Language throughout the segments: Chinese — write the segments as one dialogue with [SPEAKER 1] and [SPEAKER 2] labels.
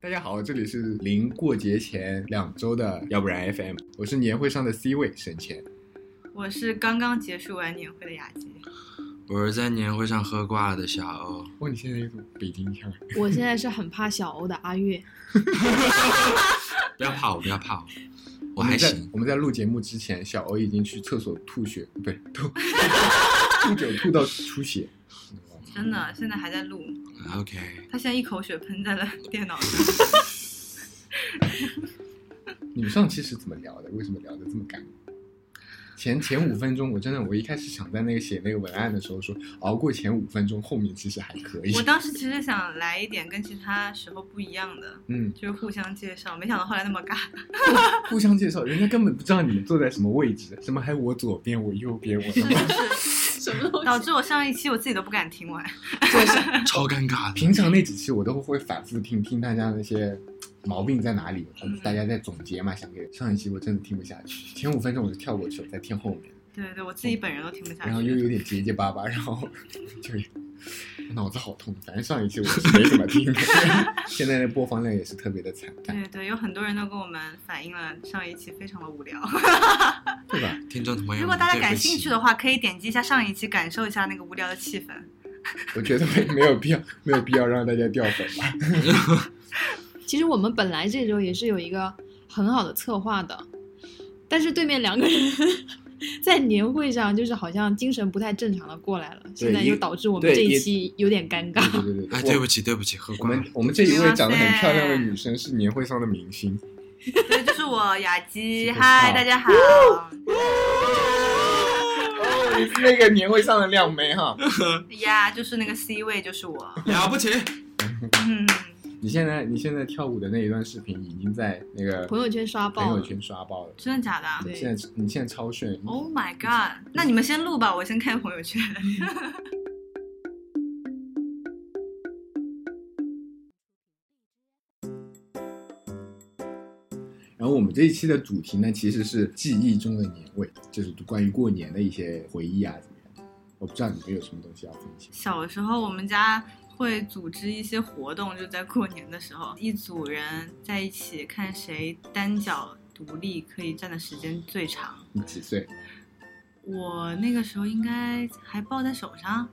[SPEAKER 1] 大家好，这里是临过节前两周的，要不然 FM，我是年会上的 C 位沈谦。
[SPEAKER 2] 我是刚刚结束完年会的雅洁，
[SPEAKER 3] 我是在年会上喝挂了的小欧，
[SPEAKER 1] 哇，你现在有种北京腔儿，
[SPEAKER 4] 我现在是很怕小欧的阿月，
[SPEAKER 3] 不要怕我，不要怕我，我
[SPEAKER 1] 们
[SPEAKER 3] 还
[SPEAKER 1] 在
[SPEAKER 3] 行。
[SPEAKER 1] 我们在录节目之前，小欧已经去厕所吐血，不对，吐 吐酒吐到出血。
[SPEAKER 2] 真的现在还在录，
[SPEAKER 3] 啊 OK，
[SPEAKER 2] 他现在一口血喷在了 电 脑上。
[SPEAKER 1] 你们上期是怎么聊的？为什么聊得这么干？前前五分钟，我真的，我一开始想在那个写那个文案的时候说，熬过前五分钟，后面其实还可以。
[SPEAKER 2] 我当时其实想来一点跟其他时候不一样的，
[SPEAKER 1] 嗯，
[SPEAKER 2] 就是互相介绍，没想到后来那么 尬。
[SPEAKER 1] 互相介绍，人家根本不知道你们坐在什么位置，什么还我左边，我右边，我他妈
[SPEAKER 4] 什么 东
[SPEAKER 2] 导致我上一期我自己都不敢听完。
[SPEAKER 3] 超尴尬的。
[SPEAKER 1] 平常那几期我都会反复听听大家那些毛病在哪里，大家在总结嘛，想给上一期我真的听不下去，前五分钟我就跳过去了，再听后面，
[SPEAKER 2] 对对对，我自己本人都听不下
[SPEAKER 1] 然后又
[SPEAKER 2] 去。
[SPEAKER 1] 有点结结巴巴，然后就脑子好痛。反正上一期我是没怎么听的，现在的播放量也是特别的惨淡，
[SPEAKER 2] 对对，有很多人都跟我们反映了上一期非常的无聊。
[SPEAKER 1] 对 吧？
[SPEAKER 3] 听众朋友们，
[SPEAKER 2] 如果大家
[SPEAKER 3] 对不
[SPEAKER 2] 感
[SPEAKER 3] 起
[SPEAKER 2] 兴 趣的，话，可以点击一下上一期，感受一下那个无聊的气氛。
[SPEAKER 1] 我觉得没没有必要， 没有必要让大家掉粉 吧。
[SPEAKER 4] 西其实我们本来这周也是有一个很好的策划的，但是对面两个人 在年会上就是好像精神不太正常的过来了，现在
[SPEAKER 1] 一嗯
[SPEAKER 4] 又导致我们
[SPEAKER 1] 对
[SPEAKER 4] 这
[SPEAKER 1] 也
[SPEAKER 4] 一期有点尴尬。
[SPEAKER 1] 对对对
[SPEAKER 3] 哎，
[SPEAKER 1] 对，
[SPEAKER 3] 对
[SPEAKER 1] 我
[SPEAKER 3] 不起，对不起，喝
[SPEAKER 1] 我
[SPEAKER 3] 挂了
[SPEAKER 1] 们。我们这一位长得很漂亮的女生是年会上的明星，
[SPEAKER 2] 对，就是我雅姬，
[SPEAKER 1] 好
[SPEAKER 2] 嗨，大家好。
[SPEAKER 1] 哦，你是那个年会上的靓妹哈。
[SPEAKER 2] 呀，就是那个 C 位，就是我。
[SPEAKER 3] 了不起，
[SPEAKER 2] 嗯，
[SPEAKER 1] 你现在你现在跳舞的那一段视频已经在那个
[SPEAKER 4] 朋友圈刷爆
[SPEAKER 1] 朋友
[SPEAKER 4] 了
[SPEAKER 1] 圈刷爆了。
[SPEAKER 2] 真的假的啊
[SPEAKER 4] 对
[SPEAKER 1] 你现在你现在超炫，
[SPEAKER 2] ？Oh my god！那你们先录吧，我先看朋友圈。
[SPEAKER 1] 然后我们这一期的主题呢，其实是记忆中的年味，就是关于过年的一些回忆啊，怎么样？我不知道你们有什么东西要分享。
[SPEAKER 2] 小时候我们家会组织一些活动，就在过年的时候，一组人在一起看谁单脚独立可以站的时间最长。
[SPEAKER 1] 你几岁？
[SPEAKER 2] 我那个时候应该还抱在手上，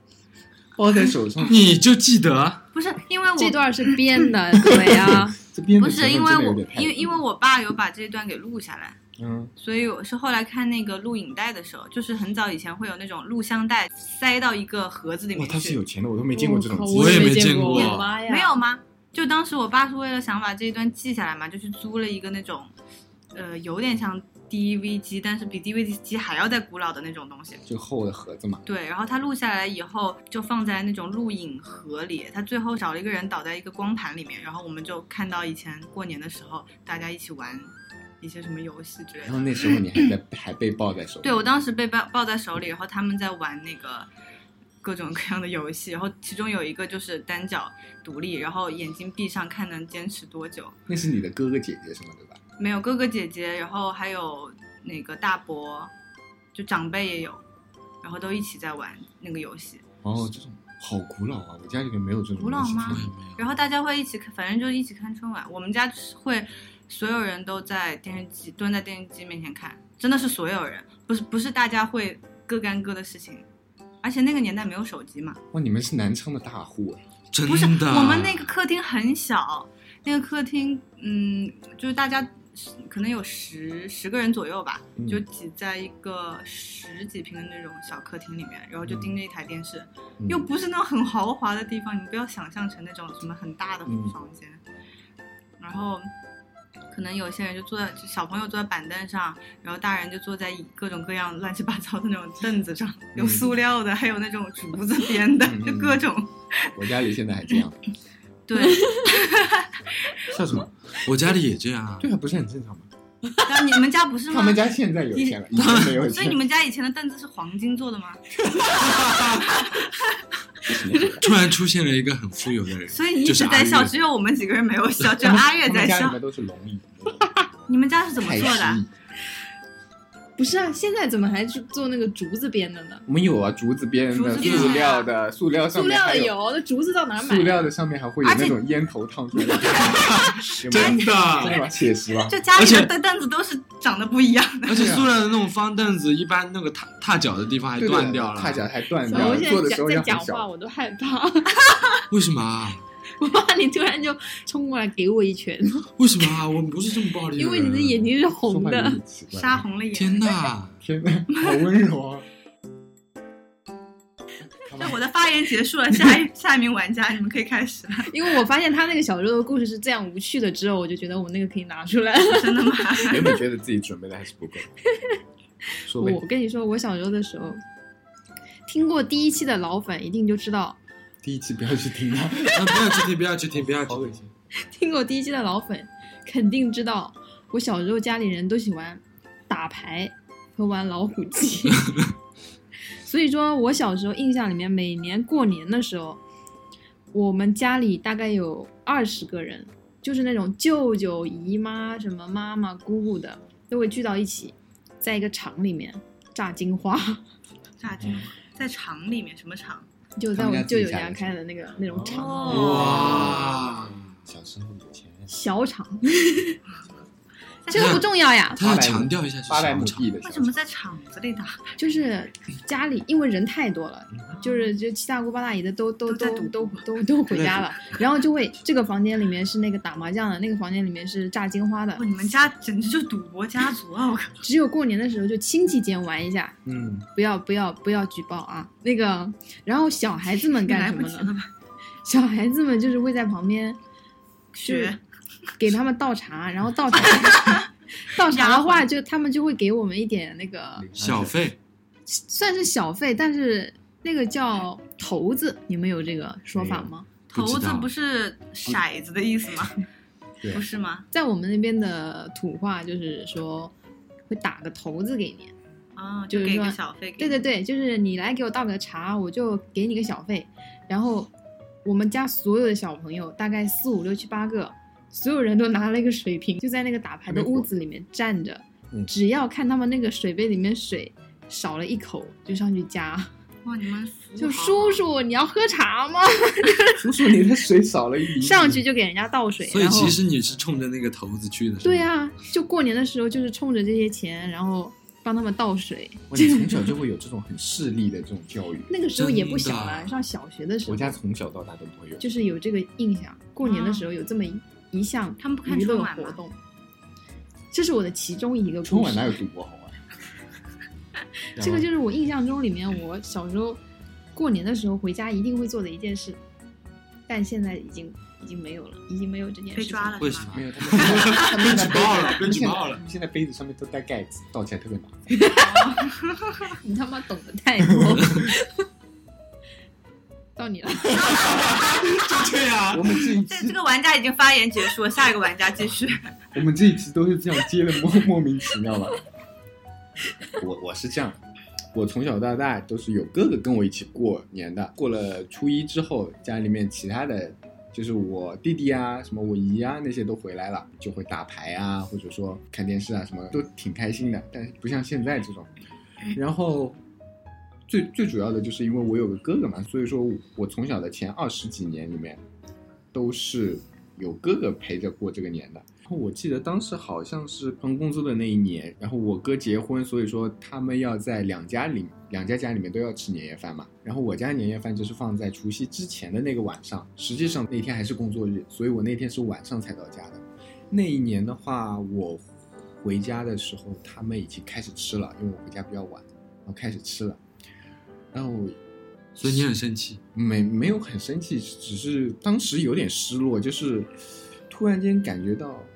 [SPEAKER 1] 抱在手上，
[SPEAKER 3] 你就记得
[SPEAKER 2] 不是因为我
[SPEAKER 4] 这段是编的，各位啊，
[SPEAKER 1] 这边
[SPEAKER 2] 不是因为我因为
[SPEAKER 1] 为
[SPEAKER 2] 因为我爸有把这一段给录下来。
[SPEAKER 1] 嗯，
[SPEAKER 2] 所以我是后来看那个录影带的时候，就是很早以前会有那种录像带塞到一个盒子里
[SPEAKER 1] 哇，
[SPEAKER 2] 面
[SPEAKER 1] 他是
[SPEAKER 2] 去，
[SPEAKER 1] 有钱的，我 都没见过这种
[SPEAKER 4] 哦我靠
[SPEAKER 1] 机
[SPEAKER 3] 我
[SPEAKER 4] 也
[SPEAKER 1] 器。
[SPEAKER 3] 也没见
[SPEAKER 4] 见
[SPEAKER 3] 过
[SPEAKER 4] 我的妈呀，
[SPEAKER 2] 没有吗？就当时我爸是为了想把这一段记下来嘛，就去租了一个那种，呃，有点像 DV 机，但是比 DV 机还要再古老的那种东西。
[SPEAKER 1] 就厚的盒子嘛，
[SPEAKER 2] 对，然后他录下来以后，就放在那种录影盒里。他最后找了一个人倒在一个光盘里面，然后我们就看到以前过年的时候大家一起玩一些什么游戏之类的
[SPEAKER 1] 然。后那时候你还在还被抱在手里，
[SPEAKER 2] 对我当时被抱抱在手里，然后他们在玩那个各种各样的游戏，然后其中有一个就是单脚独立，然后眼睛闭上看能坚持多久。
[SPEAKER 1] 那是你的哥哥姐姐什么的吧？
[SPEAKER 2] 没有哥哥姐姐，然后还有那个大伯，就长辈也有，然后都一起在玩那个游戏。
[SPEAKER 1] 哦，这种好古老啊！我家里面没有这种
[SPEAKER 2] 古老
[SPEAKER 1] 东西
[SPEAKER 2] 吗
[SPEAKER 3] 我
[SPEAKER 1] 真
[SPEAKER 3] 也
[SPEAKER 1] 的
[SPEAKER 3] 没有。
[SPEAKER 2] 然后大家会一起看，反正就一起看春晚。我们家就是会所有人都在电视机蹲在电视机面前看，真的是所有人，不是不是大家会各干各的事情。而且那个年代没有手机嘛，
[SPEAKER 1] 哇，你们是南昌的大户哎！
[SPEAKER 3] 真
[SPEAKER 2] 不是，
[SPEAKER 3] 的，
[SPEAKER 2] 我们那个客厅很小，那个客厅，嗯，就是大家可能有十十个人左右吧，
[SPEAKER 1] 嗯
[SPEAKER 2] 就挤在一个十几平的那种小客厅里面，然后就盯着一台电视，
[SPEAKER 1] 嗯
[SPEAKER 2] 又不是那种很豪华的地方，你不要想象成那种什么很大的
[SPEAKER 1] 嗯
[SPEAKER 2] 房间，然后。可能有些人就坐在，就小朋友坐在板凳上，然后大人就坐在椅各种各样乱七八糟的那种凳子上，有
[SPEAKER 1] 嗯
[SPEAKER 2] 塑料的，还有那种竹子编的，就 各种。
[SPEAKER 1] 我家里现在还这 样，
[SPEAKER 2] 对，
[SPEAKER 1] 笑什么？
[SPEAKER 3] 我家里也这样啊。
[SPEAKER 1] 对啊，不是很正常吗？
[SPEAKER 2] 但你们家不是吗？
[SPEAKER 1] 他们家现在有钱了，以前没有
[SPEAKER 2] 所
[SPEAKER 1] 钱
[SPEAKER 2] 以你。们家以前的凳子是黄金做的吗？
[SPEAKER 3] 突然出现了一个很富有的 人，
[SPEAKER 2] 所以你一
[SPEAKER 3] 就
[SPEAKER 2] 直
[SPEAKER 3] 是阿
[SPEAKER 2] 在笑，
[SPEAKER 3] 月
[SPEAKER 2] 只有我们几个人没有笑，只有
[SPEAKER 1] 他们
[SPEAKER 2] 阿月
[SPEAKER 1] 他们
[SPEAKER 2] 在
[SPEAKER 1] 家里
[SPEAKER 2] 笑。
[SPEAKER 1] 面都是龙椅，
[SPEAKER 2] 你们家是怎么
[SPEAKER 1] 太
[SPEAKER 2] 做的
[SPEAKER 1] 师
[SPEAKER 2] 啊？
[SPEAKER 1] 椅，
[SPEAKER 4] 不是啊，现在怎么还是做那个竹子编的呢？
[SPEAKER 1] 我们有啊，竹子编
[SPEAKER 2] 竹
[SPEAKER 1] 的、
[SPEAKER 2] 子编
[SPEAKER 1] 塑
[SPEAKER 2] 的呀
[SPEAKER 1] 料的、塑料上
[SPEAKER 4] 塑
[SPEAKER 1] 面
[SPEAKER 4] 料
[SPEAKER 1] 还
[SPEAKER 4] 的有，那竹子到哪儿买？啊
[SPEAKER 1] 塑料的上面还会有
[SPEAKER 2] 而且
[SPEAKER 1] 那种烟头烫出来的，
[SPEAKER 3] 真
[SPEAKER 1] 的啊真的
[SPEAKER 3] 的。
[SPEAKER 1] 吗？写实吧？
[SPEAKER 2] 就家里
[SPEAKER 3] 而且
[SPEAKER 2] 的凳凳子都是长得不一样的。
[SPEAKER 3] 而且塑料的那种方凳子，一般那个踏踏脚的地方还
[SPEAKER 1] 对啊
[SPEAKER 3] 断掉了，
[SPEAKER 1] 踏脚还断
[SPEAKER 4] 怎
[SPEAKER 1] 掉
[SPEAKER 4] 么我
[SPEAKER 1] 了，
[SPEAKER 4] 现
[SPEAKER 1] 做的时
[SPEAKER 4] 在讲
[SPEAKER 1] 候
[SPEAKER 4] 在
[SPEAKER 1] 要
[SPEAKER 4] 讲
[SPEAKER 1] 很
[SPEAKER 4] 话，
[SPEAKER 1] 小。
[SPEAKER 4] 我都害怕，
[SPEAKER 3] 为什么啊？
[SPEAKER 4] 我怕你突然就冲过来给我一拳，
[SPEAKER 3] 为什么啊？我们不是这么暴力的人。
[SPEAKER 4] 因为你的眼睛是
[SPEAKER 1] 说
[SPEAKER 4] 红
[SPEAKER 1] 话有
[SPEAKER 4] 的。
[SPEAKER 1] 点奇怪
[SPEAKER 2] 杀！红了眼。
[SPEAKER 3] 天哪！啊
[SPEAKER 1] 天哪，好温柔啊！
[SPEAKER 2] 那我的发言结束了，下一 下一名玩家，你们可以开始了。
[SPEAKER 4] 因为我发现他那个小时候的故事是这样无趣的，之后我就觉得我那个可以拿出来。
[SPEAKER 2] 真的吗？
[SPEAKER 1] 原本觉得自己准备的还是不够，说呗
[SPEAKER 4] 我。跟你说，我小时候的时候，听过第一期的老粉一定就知道，
[SPEAKER 1] 第一期不要去听啊，
[SPEAKER 3] 啊，不要去听，不要去听，不要去
[SPEAKER 1] 好恶
[SPEAKER 3] 听。
[SPEAKER 1] 心。
[SPEAKER 4] 听过第一期的老粉肯定知道，我小时候家里人都喜欢打牌和玩老虎机，所以说我小时候印象里面，每年过年的时候，我们家里大概有二十个人，就是那种舅舅、姨妈、什么妈妈、姑姑的，都会聚到一起，在一个场里面炸金花。
[SPEAKER 2] 炸金花在厂里面，什么厂？
[SPEAKER 4] 就在
[SPEAKER 1] 他们
[SPEAKER 4] 我
[SPEAKER 1] 家自
[SPEAKER 4] 舅
[SPEAKER 1] 己
[SPEAKER 4] 舅
[SPEAKER 1] 家
[SPEAKER 4] 家
[SPEAKER 1] 的
[SPEAKER 4] 开的那个那种厂，
[SPEAKER 1] 哦
[SPEAKER 3] 哇，
[SPEAKER 1] 小时候有钱，
[SPEAKER 4] 小厂，
[SPEAKER 2] 在
[SPEAKER 4] 这个不重要呀，
[SPEAKER 3] 他要强调一下是
[SPEAKER 1] 八百
[SPEAKER 3] 小
[SPEAKER 1] 亩
[SPEAKER 3] 厂
[SPEAKER 1] 地，的小厂，
[SPEAKER 2] 为什么在厂子里打？
[SPEAKER 4] 就是家里因为人太多了，就是就七大姑八大姨的都都
[SPEAKER 2] 都在
[SPEAKER 4] 都
[SPEAKER 2] 赌
[SPEAKER 4] 都
[SPEAKER 2] 博
[SPEAKER 4] 都都回家了，然后就会这个房间里面是那个打麻将的，那个房间里面是炸金花的
[SPEAKER 2] 哦哇，，你们家简直就是赌博家族啊！我靠，
[SPEAKER 4] 只有过年的时候就亲戚间玩一下，
[SPEAKER 1] 嗯，
[SPEAKER 4] 不要不要不要举报啊，那个，然后小孩子们干
[SPEAKER 2] 来
[SPEAKER 4] 什
[SPEAKER 2] 不
[SPEAKER 4] 么
[SPEAKER 2] 及了
[SPEAKER 4] 呢？
[SPEAKER 2] 吧？
[SPEAKER 4] 小孩子们就是会在旁边
[SPEAKER 2] 学，
[SPEAKER 4] 给他们倒茶，然后 倒茶。倒茶的话，就他们就会给我们一点那个
[SPEAKER 3] 小费
[SPEAKER 4] 算是小费，但是那个叫骰子，你们有这个说法吗？
[SPEAKER 3] 不知
[SPEAKER 2] 头
[SPEAKER 3] 道
[SPEAKER 2] 子不是骰子的意思吗？
[SPEAKER 1] 对
[SPEAKER 2] 不是吗？
[SPEAKER 4] 在我们那边的土话就是说会打个骰子给你。
[SPEAKER 2] 哦，
[SPEAKER 4] 就是
[SPEAKER 2] 给一个
[SPEAKER 4] 说
[SPEAKER 2] 小费给
[SPEAKER 4] 对
[SPEAKER 2] 你。
[SPEAKER 4] 对对，就是你来给我倒个茶，我就给你个小费。然后我们家所有的小朋友，大概四五六七八个，所有人都拿了一个水瓶，就在那个打牌的屋子里面站着
[SPEAKER 1] 嗯，
[SPEAKER 4] 只要看他们那个水杯里面水少了一口，就上去加。
[SPEAKER 2] 哇，你们服务
[SPEAKER 4] 就
[SPEAKER 2] 好好
[SPEAKER 4] 叔，叔，你要喝茶吗？
[SPEAKER 3] 嗯
[SPEAKER 1] 叔叔你的水少了一滴，
[SPEAKER 4] 上去就给人家倒水，
[SPEAKER 3] 所以
[SPEAKER 4] 然后
[SPEAKER 3] 其实你是冲着那个头子去的，是吗
[SPEAKER 4] 对，啊，就过年的时候就是冲着这些钱，然后帮他们倒水。
[SPEAKER 1] 哇你从小就会有这种很势利的这种教育。
[SPEAKER 4] 那个时候也不小
[SPEAKER 3] 真
[SPEAKER 4] 了，
[SPEAKER 3] 的
[SPEAKER 4] 上小学的时
[SPEAKER 1] 我
[SPEAKER 4] 候
[SPEAKER 1] 家从小到大都不会有，
[SPEAKER 4] 就是有这个印象，过年的时候有这么一一项
[SPEAKER 2] 他们嗯不看
[SPEAKER 4] 娱
[SPEAKER 2] 春
[SPEAKER 4] 乐
[SPEAKER 2] 晚
[SPEAKER 4] 活
[SPEAKER 2] 吗
[SPEAKER 4] 动。这是我的其中一个故事。
[SPEAKER 1] 春晚哪有赌博好玩？
[SPEAKER 4] 这个就是我印象中里面，我小时候过年的时候回家一定会做的一件事，但现在已经已经没有了，已经没有这件事
[SPEAKER 2] 被
[SPEAKER 4] 情
[SPEAKER 2] 抓了
[SPEAKER 3] 为
[SPEAKER 2] 是
[SPEAKER 3] 什
[SPEAKER 2] 吗
[SPEAKER 3] 么？
[SPEAKER 1] 没有，他们他们现在
[SPEAKER 3] 举报了被举
[SPEAKER 1] 现在
[SPEAKER 3] 报了
[SPEAKER 1] 现在杯子上面都带盖子，倒起来特别麻烦。
[SPEAKER 4] 你他妈懂得太多。到你了，
[SPEAKER 3] 就这样
[SPEAKER 1] 我，们这一
[SPEAKER 2] 这
[SPEAKER 1] 期
[SPEAKER 2] 这个玩家已经发言结束了，下一个玩家继续。
[SPEAKER 1] 我们这一期都是这样接的莫莫名其妙吧。 我我是这样，我从小到大都是有哥哥跟我一起过年的。过了初一之后，家里面其他的，就是我弟弟啊、什么我姨啊那些都回来了，就会打牌啊，或者说看电视啊，什么都挺开心的。但是不像现在这种。然后最最主要的就是因为我有个哥哥嘛，所以说我从小的前二十几年里面都是有哥哥陪着过这个年的。然后我记得当时好像是刚工作的那一年，然后我哥结婚，所以说他们要在两家里两家家里面都要吃年夜饭嘛。然后我家年夜饭就是放在除夕之前的那个晚上，实际上那天还是工作日，所以我那天是晚上才到家的。那一年的话，我回家的时候他们已经开始吃了，因为我回家比较晚，然后开始吃了，然后我
[SPEAKER 3] 所以你很生气，
[SPEAKER 1] 没没有很生气，只是当时有点失落，就是突然间感觉到。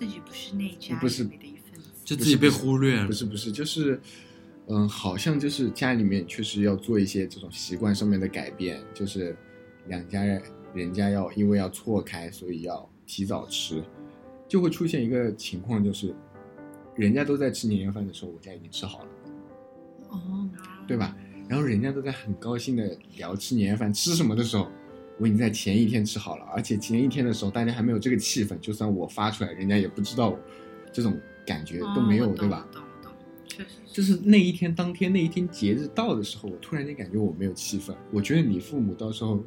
[SPEAKER 2] 自己不是那一家
[SPEAKER 1] 不是
[SPEAKER 2] 里面的一份子，
[SPEAKER 3] 就自己被忽略了
[SPEAKER 1] 不。是不是，就是，嗯，好像就是家里面确实要做一些这种习惯上面的改变，就是两家人人家要因为要错开，所以要提早吃，就会出现一个情况，就是人家都在吃年夜饭的时候，我家已经吃好了，
[SPEAKER 4] 哦，
[SPEAKER 1] 对吧？然后人家都在很高兴的聊吃年夜饭吃什么的时候，我已经在前一天吃好了，而且前一天的时候大家还没有这个气氛，就算我发出来，人家也不知道我这种感觉都没有，
[SPEAKER 2] 哦我懂
[SPEAKER 1] 对吧？
[SPEAKER 2] 我懂我懂，确确实是
[SPEAKER 1] 就是那一天当天那一天节日到的时候，我突然间感觉我没有气氛。我觉得你父母到时候，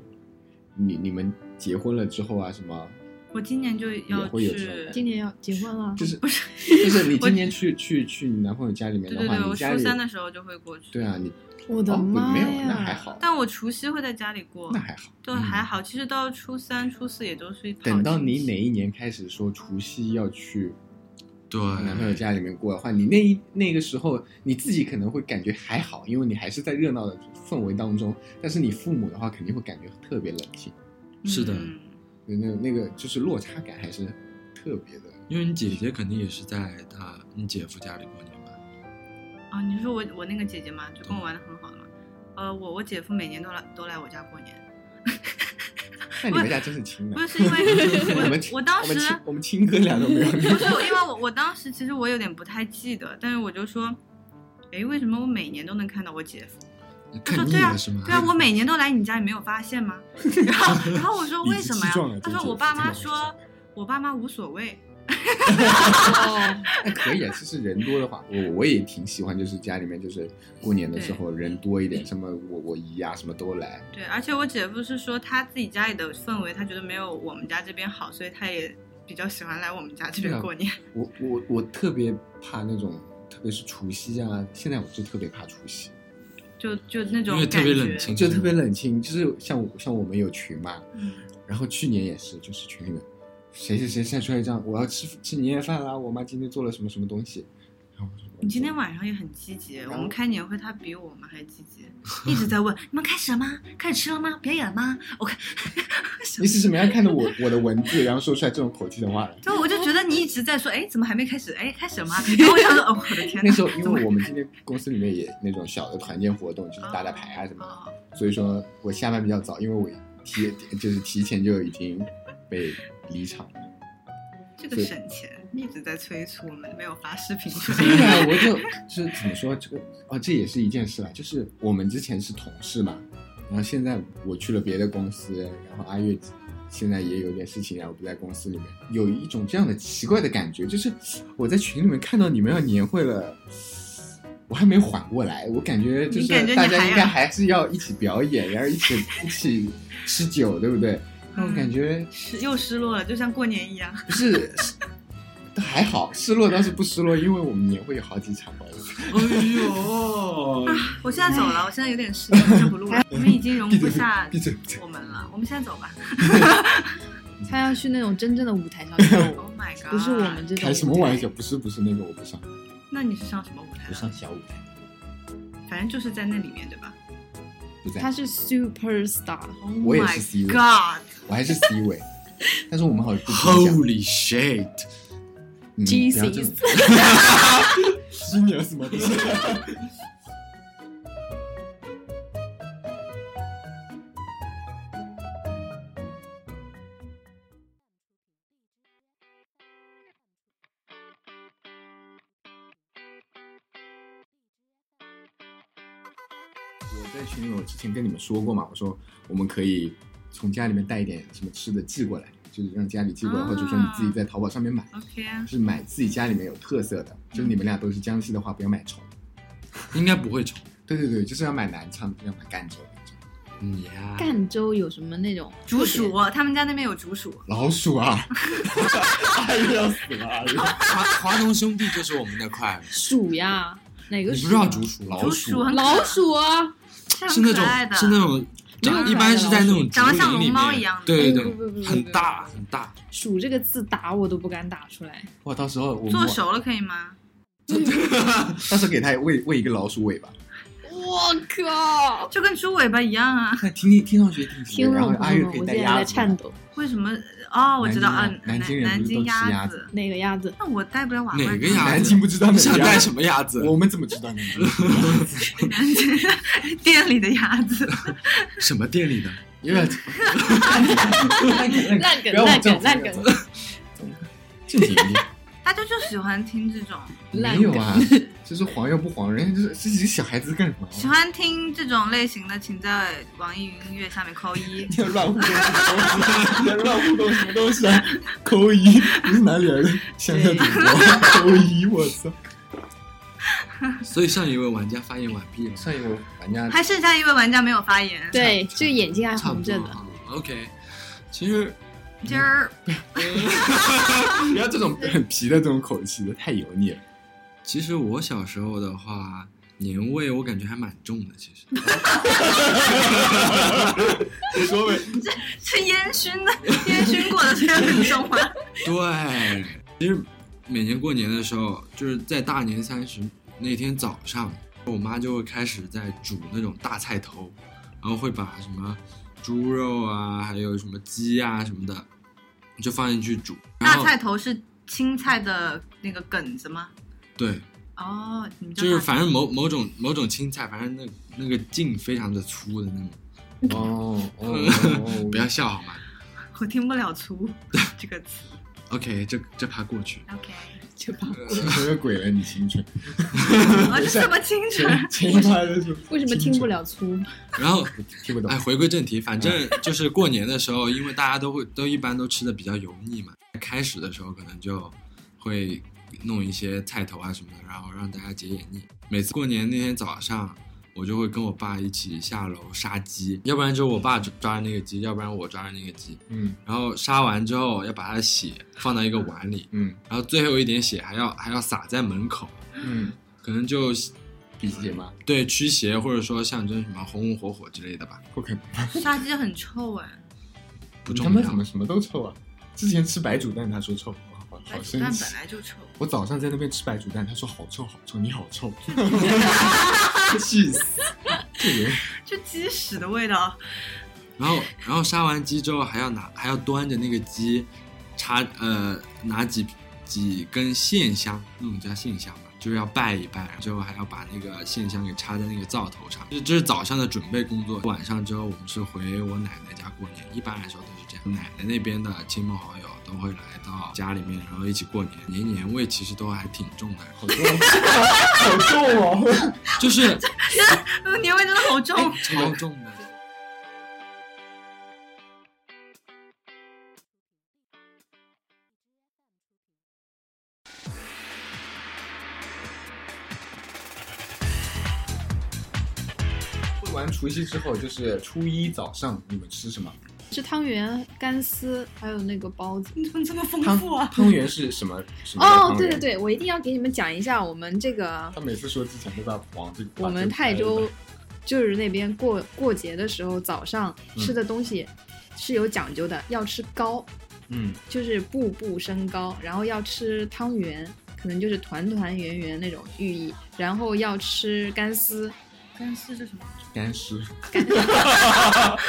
[SPEAKER 1] 你你们结婚了之后啊，什么
[SPEAKER 2] 我今年就要
[SPEAKER 1] 也会有这
[SPEAKER 2] 去
[SPEAKER 1] 种，
[SPEAKER 4] 今年要结婚了，
[SPEAKER 1] 就是
[SPEAKER 2] 不是，
[SPEAKER 1] 就是你今年 去去去你男朋友家里面
[SPEAKER 2] 对
[SPEAKER 1] 的
[SPEAKER 2] 对
[SPEAKER 1] 话，
[SPEAKER 2] 对，我
[SPEAKER 1] 你家
[SPEAKER 2] 初
[SPEAKER 1] 里
[SPEAKER 2] 三的时候就会过去。
[SPEAKER 1] 对啊，你
[SPEAKER 4] 我的
[SPEAKER 1] 哦你
[SPEAKER 4] 妈
[SPEAKER 1] 没
[SPEAKER 4] 呀！
[SPEAKER 1] 有那还好，
[SPEAKER 2] 但我除夕会在家里过
[SPEAKER 1] 那，还好。
[SPEAKER 2] 就还好。其实到初三、初四也都是一
[SPEAKER 1] 等到你哪一年开始说除夕要去
[SPEAKER 3] 对，
[SPEAKER 1] 男朋友家里面过的话，你那一那个时候你自己可能会感觉还好，因为你还是在热闹的氛围当中。但是你父母的话，肯定会感觉特别冷清，
[SPEAKER 3] 是的
[SPEAKER 2] 嗯
[SPEAKER 1] 就那那个就是落差感还是特别 的。
[SPEAKER 3] 因为你姐姐肯定也是在她你姐夫家里过年吧？
[SPEAKER 2] 啊，你说我我那个姐姐嘛，就跟我玩的很好的嘛。呃，我我姐夫每年都来都来我家过年，
[SPEAKER 1] 那你们家真是亲的
[SPEAKER 2] 不，是因为
[SPEAKER 1] 我 们
[SPEAKER 2] 我我当
[SPEAKER 1] 我
[SPEAKER 2] 时
[SPEAKER 1] 们亲我们亲哥俩都没有。
[SPEAKER 2] 不是因为我我当时其实我有点不太记得，但是我就说，哎，为什么我每年都能看到我姐夫？他说
[SPEAKER 3] 看腻
[SPEAKER 2] 对啊
[SPEAKER 3] 了是吗？
[SPEAKER 2] 对啊，我每年都来你家，你没有发现吗？ 然后然后我说为什么
[SPEAKER 1] 理直气壮啊
[SPEAKER 2] 呀？他
[SPEAKER 1] 这
[SPEAKER 2] 说
[SPEAKER 1] 就
[SPEAKER 2] 我爸
[SPEAKER 1] 这
[SPEAKER 2] 妈
[SPEAKER 1] 种
[SPEAKER 2] 说，我爸妈无所谓。
[SPEAKER 4] 哦，
[SPEAKER 1] 哎，可以啊，其实人多的话，我我也挺喜欢，就是家里面就是过年的时候人多一点，什么我我姨啊什么都来，
[SPEAKER 2] 对，而且我姐夫是说他自己家里的氛围，他觉得没有我们家这边好，所以他也比较喜欢来我们家这
[SPEAKER 1] 对啊
[SPEAKER 2] 边过年。
[SPEAKER 1] 我我我特别怕那种，特别是除夕啊，现在我就特别怕除夕，
[SPEAKER 2] 就就那种
[SPEAKER 3] 因为
[SPEAKER 2] 感
[SPEAKER 3] 特
[SPEAKER 2] 觉，
[SPEAKER 3] 别冷清，
[SPEAKER 1] 就特别冷清。就是像我像我们有群嘛，
[SPEAKER 2] 嗯，
[SPEAKER 1] 然后去年也是，就是群里面谁谁谁晒出来一张我要吃吃年夜饭啦，我妈今天做了什么什么东西，然后我说
[SPEAKER 2] 你今天晚上也很积极，
[SPEAKER 1] 然
[SPEAKER 2] 我
[SPEAKER 1] 后
[SPEAKER 2] 们开年会他比我们还积极，一直在问你们开始了吗？开始吃了吗？表演了吗？我看，
[SPEAKER 1] 你是什么样看着我我的文字，然后说出来这种口气的话来？
[SPEAKER 2] 就我就觉得你一直在说，哎，怎么还没开始？哎，开始了吗？然后我想说，哦，我的天哪！
[SPEAKER 1] 那时候，因为我们今天公司里面也那种小的团建活动，就是打打牌啊什么的，
[SPEAKER 2] 哦，
[SPEAKER 1] 所以说我下班比较早，因为我提就是提前就已经被离场了。
[SPEAKER 2] 这个省钱一直在催促我们，没有发视 频出
[SPEAKER 1] 对
[SPEAKER 2] 来。
[SPEAKER 1] 啊，我就就是怎么说这个哦，这也是一件事啦。就是我们之前是同事嘛，然后现在我去了别的公司，然后阿月现在也有点事情，然后不在公司里面，有一种这样的奇怪的感觉，就是我在群里面看到你们要年会了。我还没缓过来，我感觉就
[SPEAKER 2] 你
[SPEAKER 1] 是
[SPEAKER 2] 感觉你
[SPEAKER 1] 大家
[SPEAKER 2] 还
[SPEAKER 1] 应该
[SPEAKER 2] 要
[SPEAKER 1] 还是要一起表演，然后一起一起吃酒，对不对？那我感觉
[SPEAKER 2] 失又失落了，就像过年一样。
[SPEAKER 1] 不是，是 还好失落倒是不失落，因为我们年会有好几场嘛。
[SPEAKER 3] 哎呦，
[SPEAKER 2] 我现在走了，我现在有点失落，我先不录 了。我们已经容
[SPEAKER 1] 闭
[SPEAKER 2] 不
[SPEAKER 1] 嘴
[SPEAKER 2] 下
[SPEAKER 1] 闭嘴！闭嘴
[SPEAKER 2] 我们了，我们现在走吧。
[SPEAKER 4] 他要去那种真正的舞台上跳
[SPEAKER 2] Oh
[SPEAKER 4] 舞，
[SPEAKER 2] my god！
[SPEAKER 4] 不是我们这种。
[SPEAKER 1] 开什么玩？笑？不是不是那个，我不上，
[SPEAKER 2] 那你是上什么舞台
[SPEAKER 1] 不
[SPEAKER 2] 了？
[SPEAKER 1] 上小舞台，
[SPEAKER 2] 反正就是在那里面，对吧
[SPEAKER 1] 不在
[SPEAKER 4] 他。是 super star，
[SPEAKER 2] ？Oh
[SPEAKER 1] 我也
[SPEAKER 2] my
[SPEAKER 1] 是 C 位，
[SPEAKER 2] god！
[SPEAKER 1] 我还是 C 位， 但是我们好像不评价
[SPEAKER 3] Holy shit！
[SPEAKER 1] 嗯不要这么
[SPEAKER 4] Jesus
[SPEAKER 1] 犀牛什么东西？我在群里，我之前跟你们说过嘛，我说我们可以从家里面带一点什么吃的寄过来，就是让家里寄过来，
[SPEAKER 2] 啊
[SPEAKER 1] 或者说你自己在淘宝上面买，
[SPEAKER 2] OK 啊，
[SPEAKER 1] 是买自己家里面有特色的。就是你们俩都是江西的话，不要买稠的。
[SPEAKER 3] 应该不会重。
[SPEAKER 1] 对对对，就是要买南昌，要买赣州那种。
[SPEAKER 3] 你呀，
[SPEAKER 4] 赣州有什么那种
[SPEAKER 2] 竹鼠，他们家那边有竹鼠。
[SPEAKER 1] 老鼠 啊！哎呦要死了！哎呦，
[SPEAKER 3] 华华东兄弟就是我们的快乐。
[SPEAKER 4] 鼠呀？哪
[SPEAKER 3] 你
[SPEAKER 4] 个
[SPEAKER 3] 不
[SPEAKER 4] 鼠？
[SPEAKER 3] 知道竹鼠，
[SPEAKER 1] 老
[SPEAKER 2] 竹
[SPEAKER 1] 鼠
[SPEAKER 2] 鼠很可
[SPEAKER 4] 老鼠啊！
[SPEAKER 2] 它很
[SPEAKER 3] 是那
[SPEAKER 2] 可
[SPEAKER 3] 种
[SPEAKER 2] 爱的，
[SPEAKER 3] 是那种
[SPEAKER 4] 没有
[SPEAKER 3] 长，一般是在那种
[SPEAKER 2] 长得像
[SPEAKER 3] 竹林里
[SPEAKER 2] 龙猫
[SPEAKER 3] 面
[SPEAKER 2] 一样的
[SPEAKER 3] 对
[SPEAKER 4] 不不不不
[SPEAKER 3] 对，
[SPEAKER 4] 不
[SPEAKER 3] 很大很大。
[SPEAKER 4] 鼠这个字打我都不敢打出来。
[SPEAKER 1] 哇，到时候我们
[SPEAKER 2] 做熟了可以吗？
[SPEAKER 1] 到时候给它喂喂一个老鼠尾巴，
[SPEAKER 4] 我靠！
[SPEAKER 2] 就跟猪尾巴一样啊。
[SPEAKER 1] 那听听听上去挺
[SPEAKER 4] 听
[SPEAKER 1] 然后
[SPEAKER 4] 众
[SPEAKER 1] 阿
[SPEAKER 4] 朋
[SPEAKER 1] 月
[SPEAKER 4] 友
[SPEAKER 1] 可
[SPEAKER 4] 们，
[SPEAKER 1] 以
[SPEAKER 4] 我
[SPEAKER 1] 带
[SPEAKER 4] 现在
[SPEAKER 1] 鸭
[SPEAKER 4] 在
[SPEAKER 1] 子，
[SPEAKER 4] 颤抖。
[SPEAKER 2] 为什么？哦，我知道，
[SPEAKER 1] 南
[SPEAKER 2] 嗯
[SPEAKER 1] 京，
[SPEAKER 2] 南
[SPEAKER 1] 南京人不是
[SPEAKER 2] 南京
[SPEAKER 1] 都吃鸭
[SPEAKER 2] 子，
[SPEAKER 4] 哪个鸭子？
[SPEAKER 2] 但我带不了瓦罐。
[SPEAKER 3] 哪个鸭子
[SPEAKER 1] 南京不知道
[SPEAKER 3] 你
[SPEAKER 1] 哪
[SPEAKER 3] 想
[SPEAKER 1] 个
[SPEAKER 3] 带
[SPEAKER 1] 鸭
[SPEAKER 3] 什
[SPEAKER 1] 子，
[SPEAKER 3] 么鸭子？
[SPEAKER 1] 我们怎么知道呢？
[SPEAKER 2] 南京店里的鸭子，
[SPEAKER 3] 什么店里的？
[SPEAKER 1] 有 点
[SPEAKER 4] 烂
[SPEAKER 1] 不
[SPEAKER 4] 梗，
[SPEAKER 1] 要往
[SPEAKER 4] 烂
[SPEAKER 1] 正
[SPEAKER 4] 梗，
[SPEAKER 1] 方
[SPEAKER 4] 烂
[SPEAKER 1] 面
[SPEAKER 4] 梗
[SPEAKER 1] 走，正经一点。
[SPEAKER 2] 大家就喜欢听这种，
[SPEAKER 1] 没
[SPEAKER 4] 烂
[SPEAKER 1] 有
[SPEAKER 4] 梗。
[SPEAKER 1] 啊，就是黄又不黄，人家就是这些小孩子干什么？啊
[SPEAKER 2] 喜欢听这种类型的，请在网易云音乐下面扣一。
[SPEAKER 1] 你在乱互动什么东西？你在乱互动什么东西啊？扣一，你是哪里来的乡下主播？扣一，我操！
[SPEAKER 3] 所以上一位玩家发言完毕了，
[SPEAKER 1] 上一位玩家
[SPEAKER 2] 还剩下一位玩家没有发言。
[SPEAKER 4] 对，就眼睛还
[SPEAKER 3] 差
[SPEAKER 4] 红
[SPEAKER 3] 不
[SPEAKER 4] 着
[SPEAKER 3] 多
[SPEAKER 4] 呢。
[SPEAKER 3] 啊。OK，其实
[SPEAKER 2] 今儿
[SPEAKER 1] 不要这 种很皮的这种口气的，太油腻了。
[SPEAKER 3] 其实我小时候的话，年味我感觉还蛮重的。其实
[SPEAKER 1] 你说呗，
[SPEAKER 2] 这烟熏的， 烟熏过的虽然很重吗？
[SPEAKER 3] 对，其实每年过年的时候，就是在大年三十那天早上，我妈就会开始在煮那种大菜头，然后会把什么猪肉啊，还有什么鸡啊什么的，就放进去煮。然
[SPEAKER 2] 大
[SPEAKER 3] 后
[SPEAKER 2] 菜头是青菜的那个梗子吗？
[SPEAKER 3] 对，
[SPEAKER 2] 哦，你们叫
[SPEAKER 3] 就是
[SPEAKER 2] 大
[SPEAKER 3] 反正某某种某种青菜，反正那那个茎非常的粗的那种，
[SPEAKER 1] 哦哦哦，
[SPEAKER 3] 不要笑好吗
[SPEAKER 2] 我听不了“粗”这个词。
[SPEAKER 3] ？OK，这这趴过去。
[SPEAKER 2] OK，
[SPEAKER 4] 就把
[SPEAKER 1] 青春又鬼了，你青春。
[SPEAKER 2] 我这什么清
[SPEAKER 1] 前
[SPEAKER 2] 纯？
[SPEAKER 1] 前一趴的时候
[SPEAKER 4] 为什么听不了粗？
[SPEAKER 3] 然 后，
[SPEAKER 1] 听不懂
[SPEAKER 3] 哎，？回归正题，反正就是过年的时候，因为大家都会都一般都吃的比较油腻嘛，开始的时候可能就会弄一些菜头啊什么的，然后让大家解解腻。每次过年那天早上，我就会跟我爸一起下楼杀鸡，要不然就是我爸抓着那个鸡，要不然我抓着那个鸡。
[SPEAKER 1] 嗯
[SPEAKER 3] 然后杀完之后要把它的血放到一个碗里，
[SPEAKER 1] 嗯
[SPEAKER 3] 然后最后一点血还要还要洒在门口，
[SPEAKER 1] 嗯，
[SPEAKER 3] 可能就
[SPEAKER 1] 笔记吗
[SPEAKER 3] 对驱邪或者说象征什么红红火火之类的吧。
[SPEAKER 1] ？OK，
[SPEAKER 2] 杀鸡很臭哎，
[SPEAKER 3] 不
[SPEAKER 1] 你
[SPEAKER 3] 重
[SPEAKER 1] 他妈
[SPEAKER 3] 要
[SPEAKER 1] 怎么什么都臭啊？之前吃白煮蛋，他说臭，哇好
[SPEAKER 2] 白
[SPEAKER 1] 好
[SPEAKER 2] 煮
[SPEAKER 1] 生
[SPEAKER 2] 蛋本
[SPEAKER 1] 气。
[SPEAKER 2] 来就臭。
[SPEAKER 1] 我早上在那边吃白煮蛋，他说好臭好臭，你好 臭，气死！这人
[SPEAKER 2] 就鸡屎的味道，
[SPEAKER 3] 然后，然后杀完鸡之后还要拿，还要端着那个鸡，插呃拿几几根线香，那种叫线香吧，就是要拜一拜，之后还要把那个线香给插在那个灶头上。这这是早上的准备工作，晚上之后我们是回我奶奶家过年，一般来说都是这样。奶奶那边的亲朋好友都会来到家里面，然后一起过年，年年味其实都还挺重 的，
[SPEAKER 1] 好重，好重哦！
[SPEAKER 3] 就是哎
[SPEAKER 2] 呃年味真的好重。
[SPEAKER 3] 超重的。
[SPEAKER 1] 过完除夕之后，就是初一早上，你们吃什么？
[SPEAKER 4] 吃汤圆、干丝，还有那个包子。
[SPEAKER 2] 你怎么这么丰
[SPEAKER 1] 汤
[SPEAKER 2] 富啊？
[SPEAKER 1] 汤圆是什么？什么
[SPEAKER 4] 哦，
[SPEAKER 1] 汤圆
[SPEAKER 4] 对对，对，我一定要给你们讲一下我们这个
[SPEAKER 1] 他每次说之前都在往这个。
[SPEAKER 4] 我们泰州就是那边过过节的时候，早上吃的东西是有讲究的，要吃糕，
[SPEAKER 1] 嗯，
[SPEAKER 4] 就是步步升高，然后要吃汤圆，可能就是团团圆圆那种寓意，然后要吃干丝，
[SPEAKER 2] 干丝是什么？
[SPEAKER 1] 干尸
[SPEAKER 2] 哦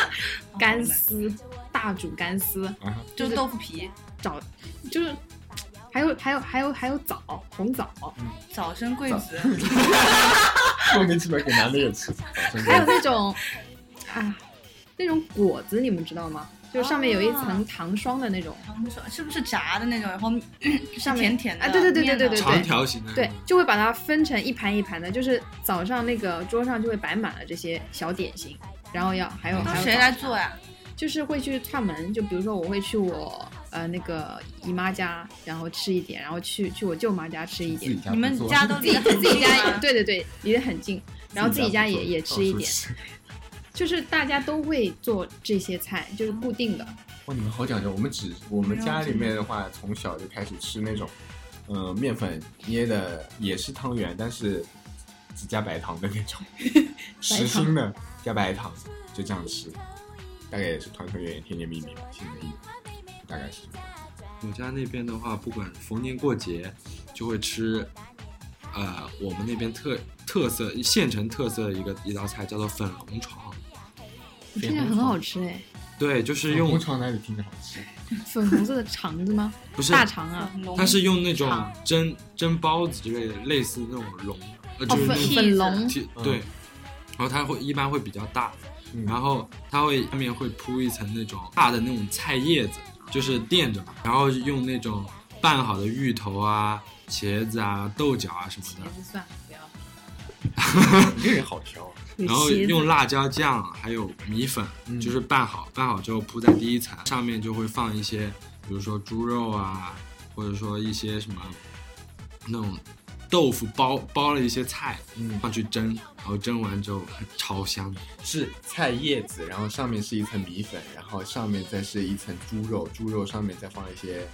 [SPEAKER 4] 干丝大煮干丝，
[SPEAKER 1] 啊，
[SPEAKER 2] 就
[SPEAKER 4] 就是
[SPEAKER 2] 豆腐皮，
[SPEAKER 4] 枣，就是还有还有还有还有枣，红枣，
[SPEAKER 2] 早生贵子，
[SPEAKER 1] 莫名其妙给男的也吃。早 上
[SPEAKER 4] 还有那种啊那种果子，你们知道吗？就是上面有一层糖霜的那种。
[SPEAKER 2] 糖霜是不是炸的那种？然 后
[SPEAKER 4] 上
[SPEAKER 2] 是
[SPEAKER 4] 面
[SPEAKER 2] 甜甜的
[SPEAKER 4] 啊对对对对
[SPEAKER 2] 面
[SPEAKER 4] 对
[SPEAKER 2] 的
[SPEAKER 4] 对
[SPEAKER 3] 长条形的，
[SPEAKER 4] 对，就会把它分成一盘一盘的，就是早上那个桌上就会摆满了这些小点心，然后要还有
[SPEAKER 2] 都
[SPEAKER 4] 还
[SPEAKER 2] 嗯
[SPEAKER 4] 有
[SPEAKER 2] 谁
[SPEAKER 4] 早
[SPEAKER 2] 来做呀？
[SPEAKER 4] 就是会去串门，就比如说我会去我呃那个姨妈家，然后吃一点，然后去去我舅妈家吃一
[SPEAKER 1] 自己
[SPEAKER 4] 点，
[SPEAKER 1] 家
[SPEAKER 2] 你们
[SPEAKER 1] 不做
[SPEAKER 2] 家都离得很
[SPEAKER 4] 自己
[SPEAKER 2] 近
[SPEAKER 4] 家
[SPEAKER 2] 吗？
[SPEAKER 4] 对对对离得很近，然后自己家
[SPEAKER 1] 不
[SPEAKER 4] 也
[SPEAKER 1] 做
[SPEAKER 4] 也吃 一
[SPEAKER 1] 到处
[SPEAKER 4] 点，就是大家都会做这些菜，就是固定的。
[SPEAKER 1] 哇，你们好讲究！我们只我们家里面的话，从小就开始吃那种，呃，面粉捏的也是汤圆，但是只加白糖的那种，实心的加白糖，就这样吃，大概也是团团圆圆、甜甜蜜蜜吧，心里的意思，大概是这样。
[SPEAKER 3] 我家那边的话，不管逢年过节，就会吃，呃，我们那边特特色县城特色的一个一道菜叫做粉红肠。
[SPEAKER 4] 我听着很好吃哎，
[SPEAKER 3] 对，就是
[SPEAKER 1] 用
[SPEAKER 3] 用
[SPEAKER 1] 红肠哪里听着好吃？
[SPEAKER 4] 粉红色的肠子吗？
[SPEAKER 3] 不是，
[SPEAKER 4] 大肠啊，
[SPEAKER 2] 浓
[SPEAKER 3] 它是用那种
[SPEAKER 4] 肠
[SPEAKER 3] 蒸蒸包子之类的，类似那种笼，呃，就
[SPEAKER 4] 哦
[SPEAKER 3] 是那
[SPEAKER 4] 粉
[SPEAKER 3] 种
[SPEAKER 2] 屁
[SPEAKER 4] 粉龙，
[SPEAKER 3] 体
[SPEAKER 1] 嗯
[SPEAKER 3] 对，然后它会一般会比较大，
[SPEAKER 1] 嗯
[SPEAKER 3] 然后它会上面会铺一层那种大的那种菜叶子，就是垫着嘛，然后用那种拌好的芋头啊、茄子啊、豆角啊什么的
[SPEAKER 4] 茄，子算了不要了，
[SPEAKER 1] 你这人好挑啊！
[SPEAKER 4] 有
[SPEAKER 3] 然后
[SPEAKER 4] 茄子
[SPEAKER 3] 用辣椒酱啊还有米粉，
[SPEAKER 1] 嗯
[SPEAKER 3] 就是拌好，拌好之后铺在第一层，上面就会放一些，比如说猪肉啊，或者说一些什么那种豆腐包包了一些菜
[SPEAKER 1] 嗯，
[SPEAKER 3] 放去蒸，然后蒸完之后超香。
[SPEAKER 1] 是菜叶子，然后上面是一层米粉，然后上面再是一层猪肉，猪肉上面再放一些，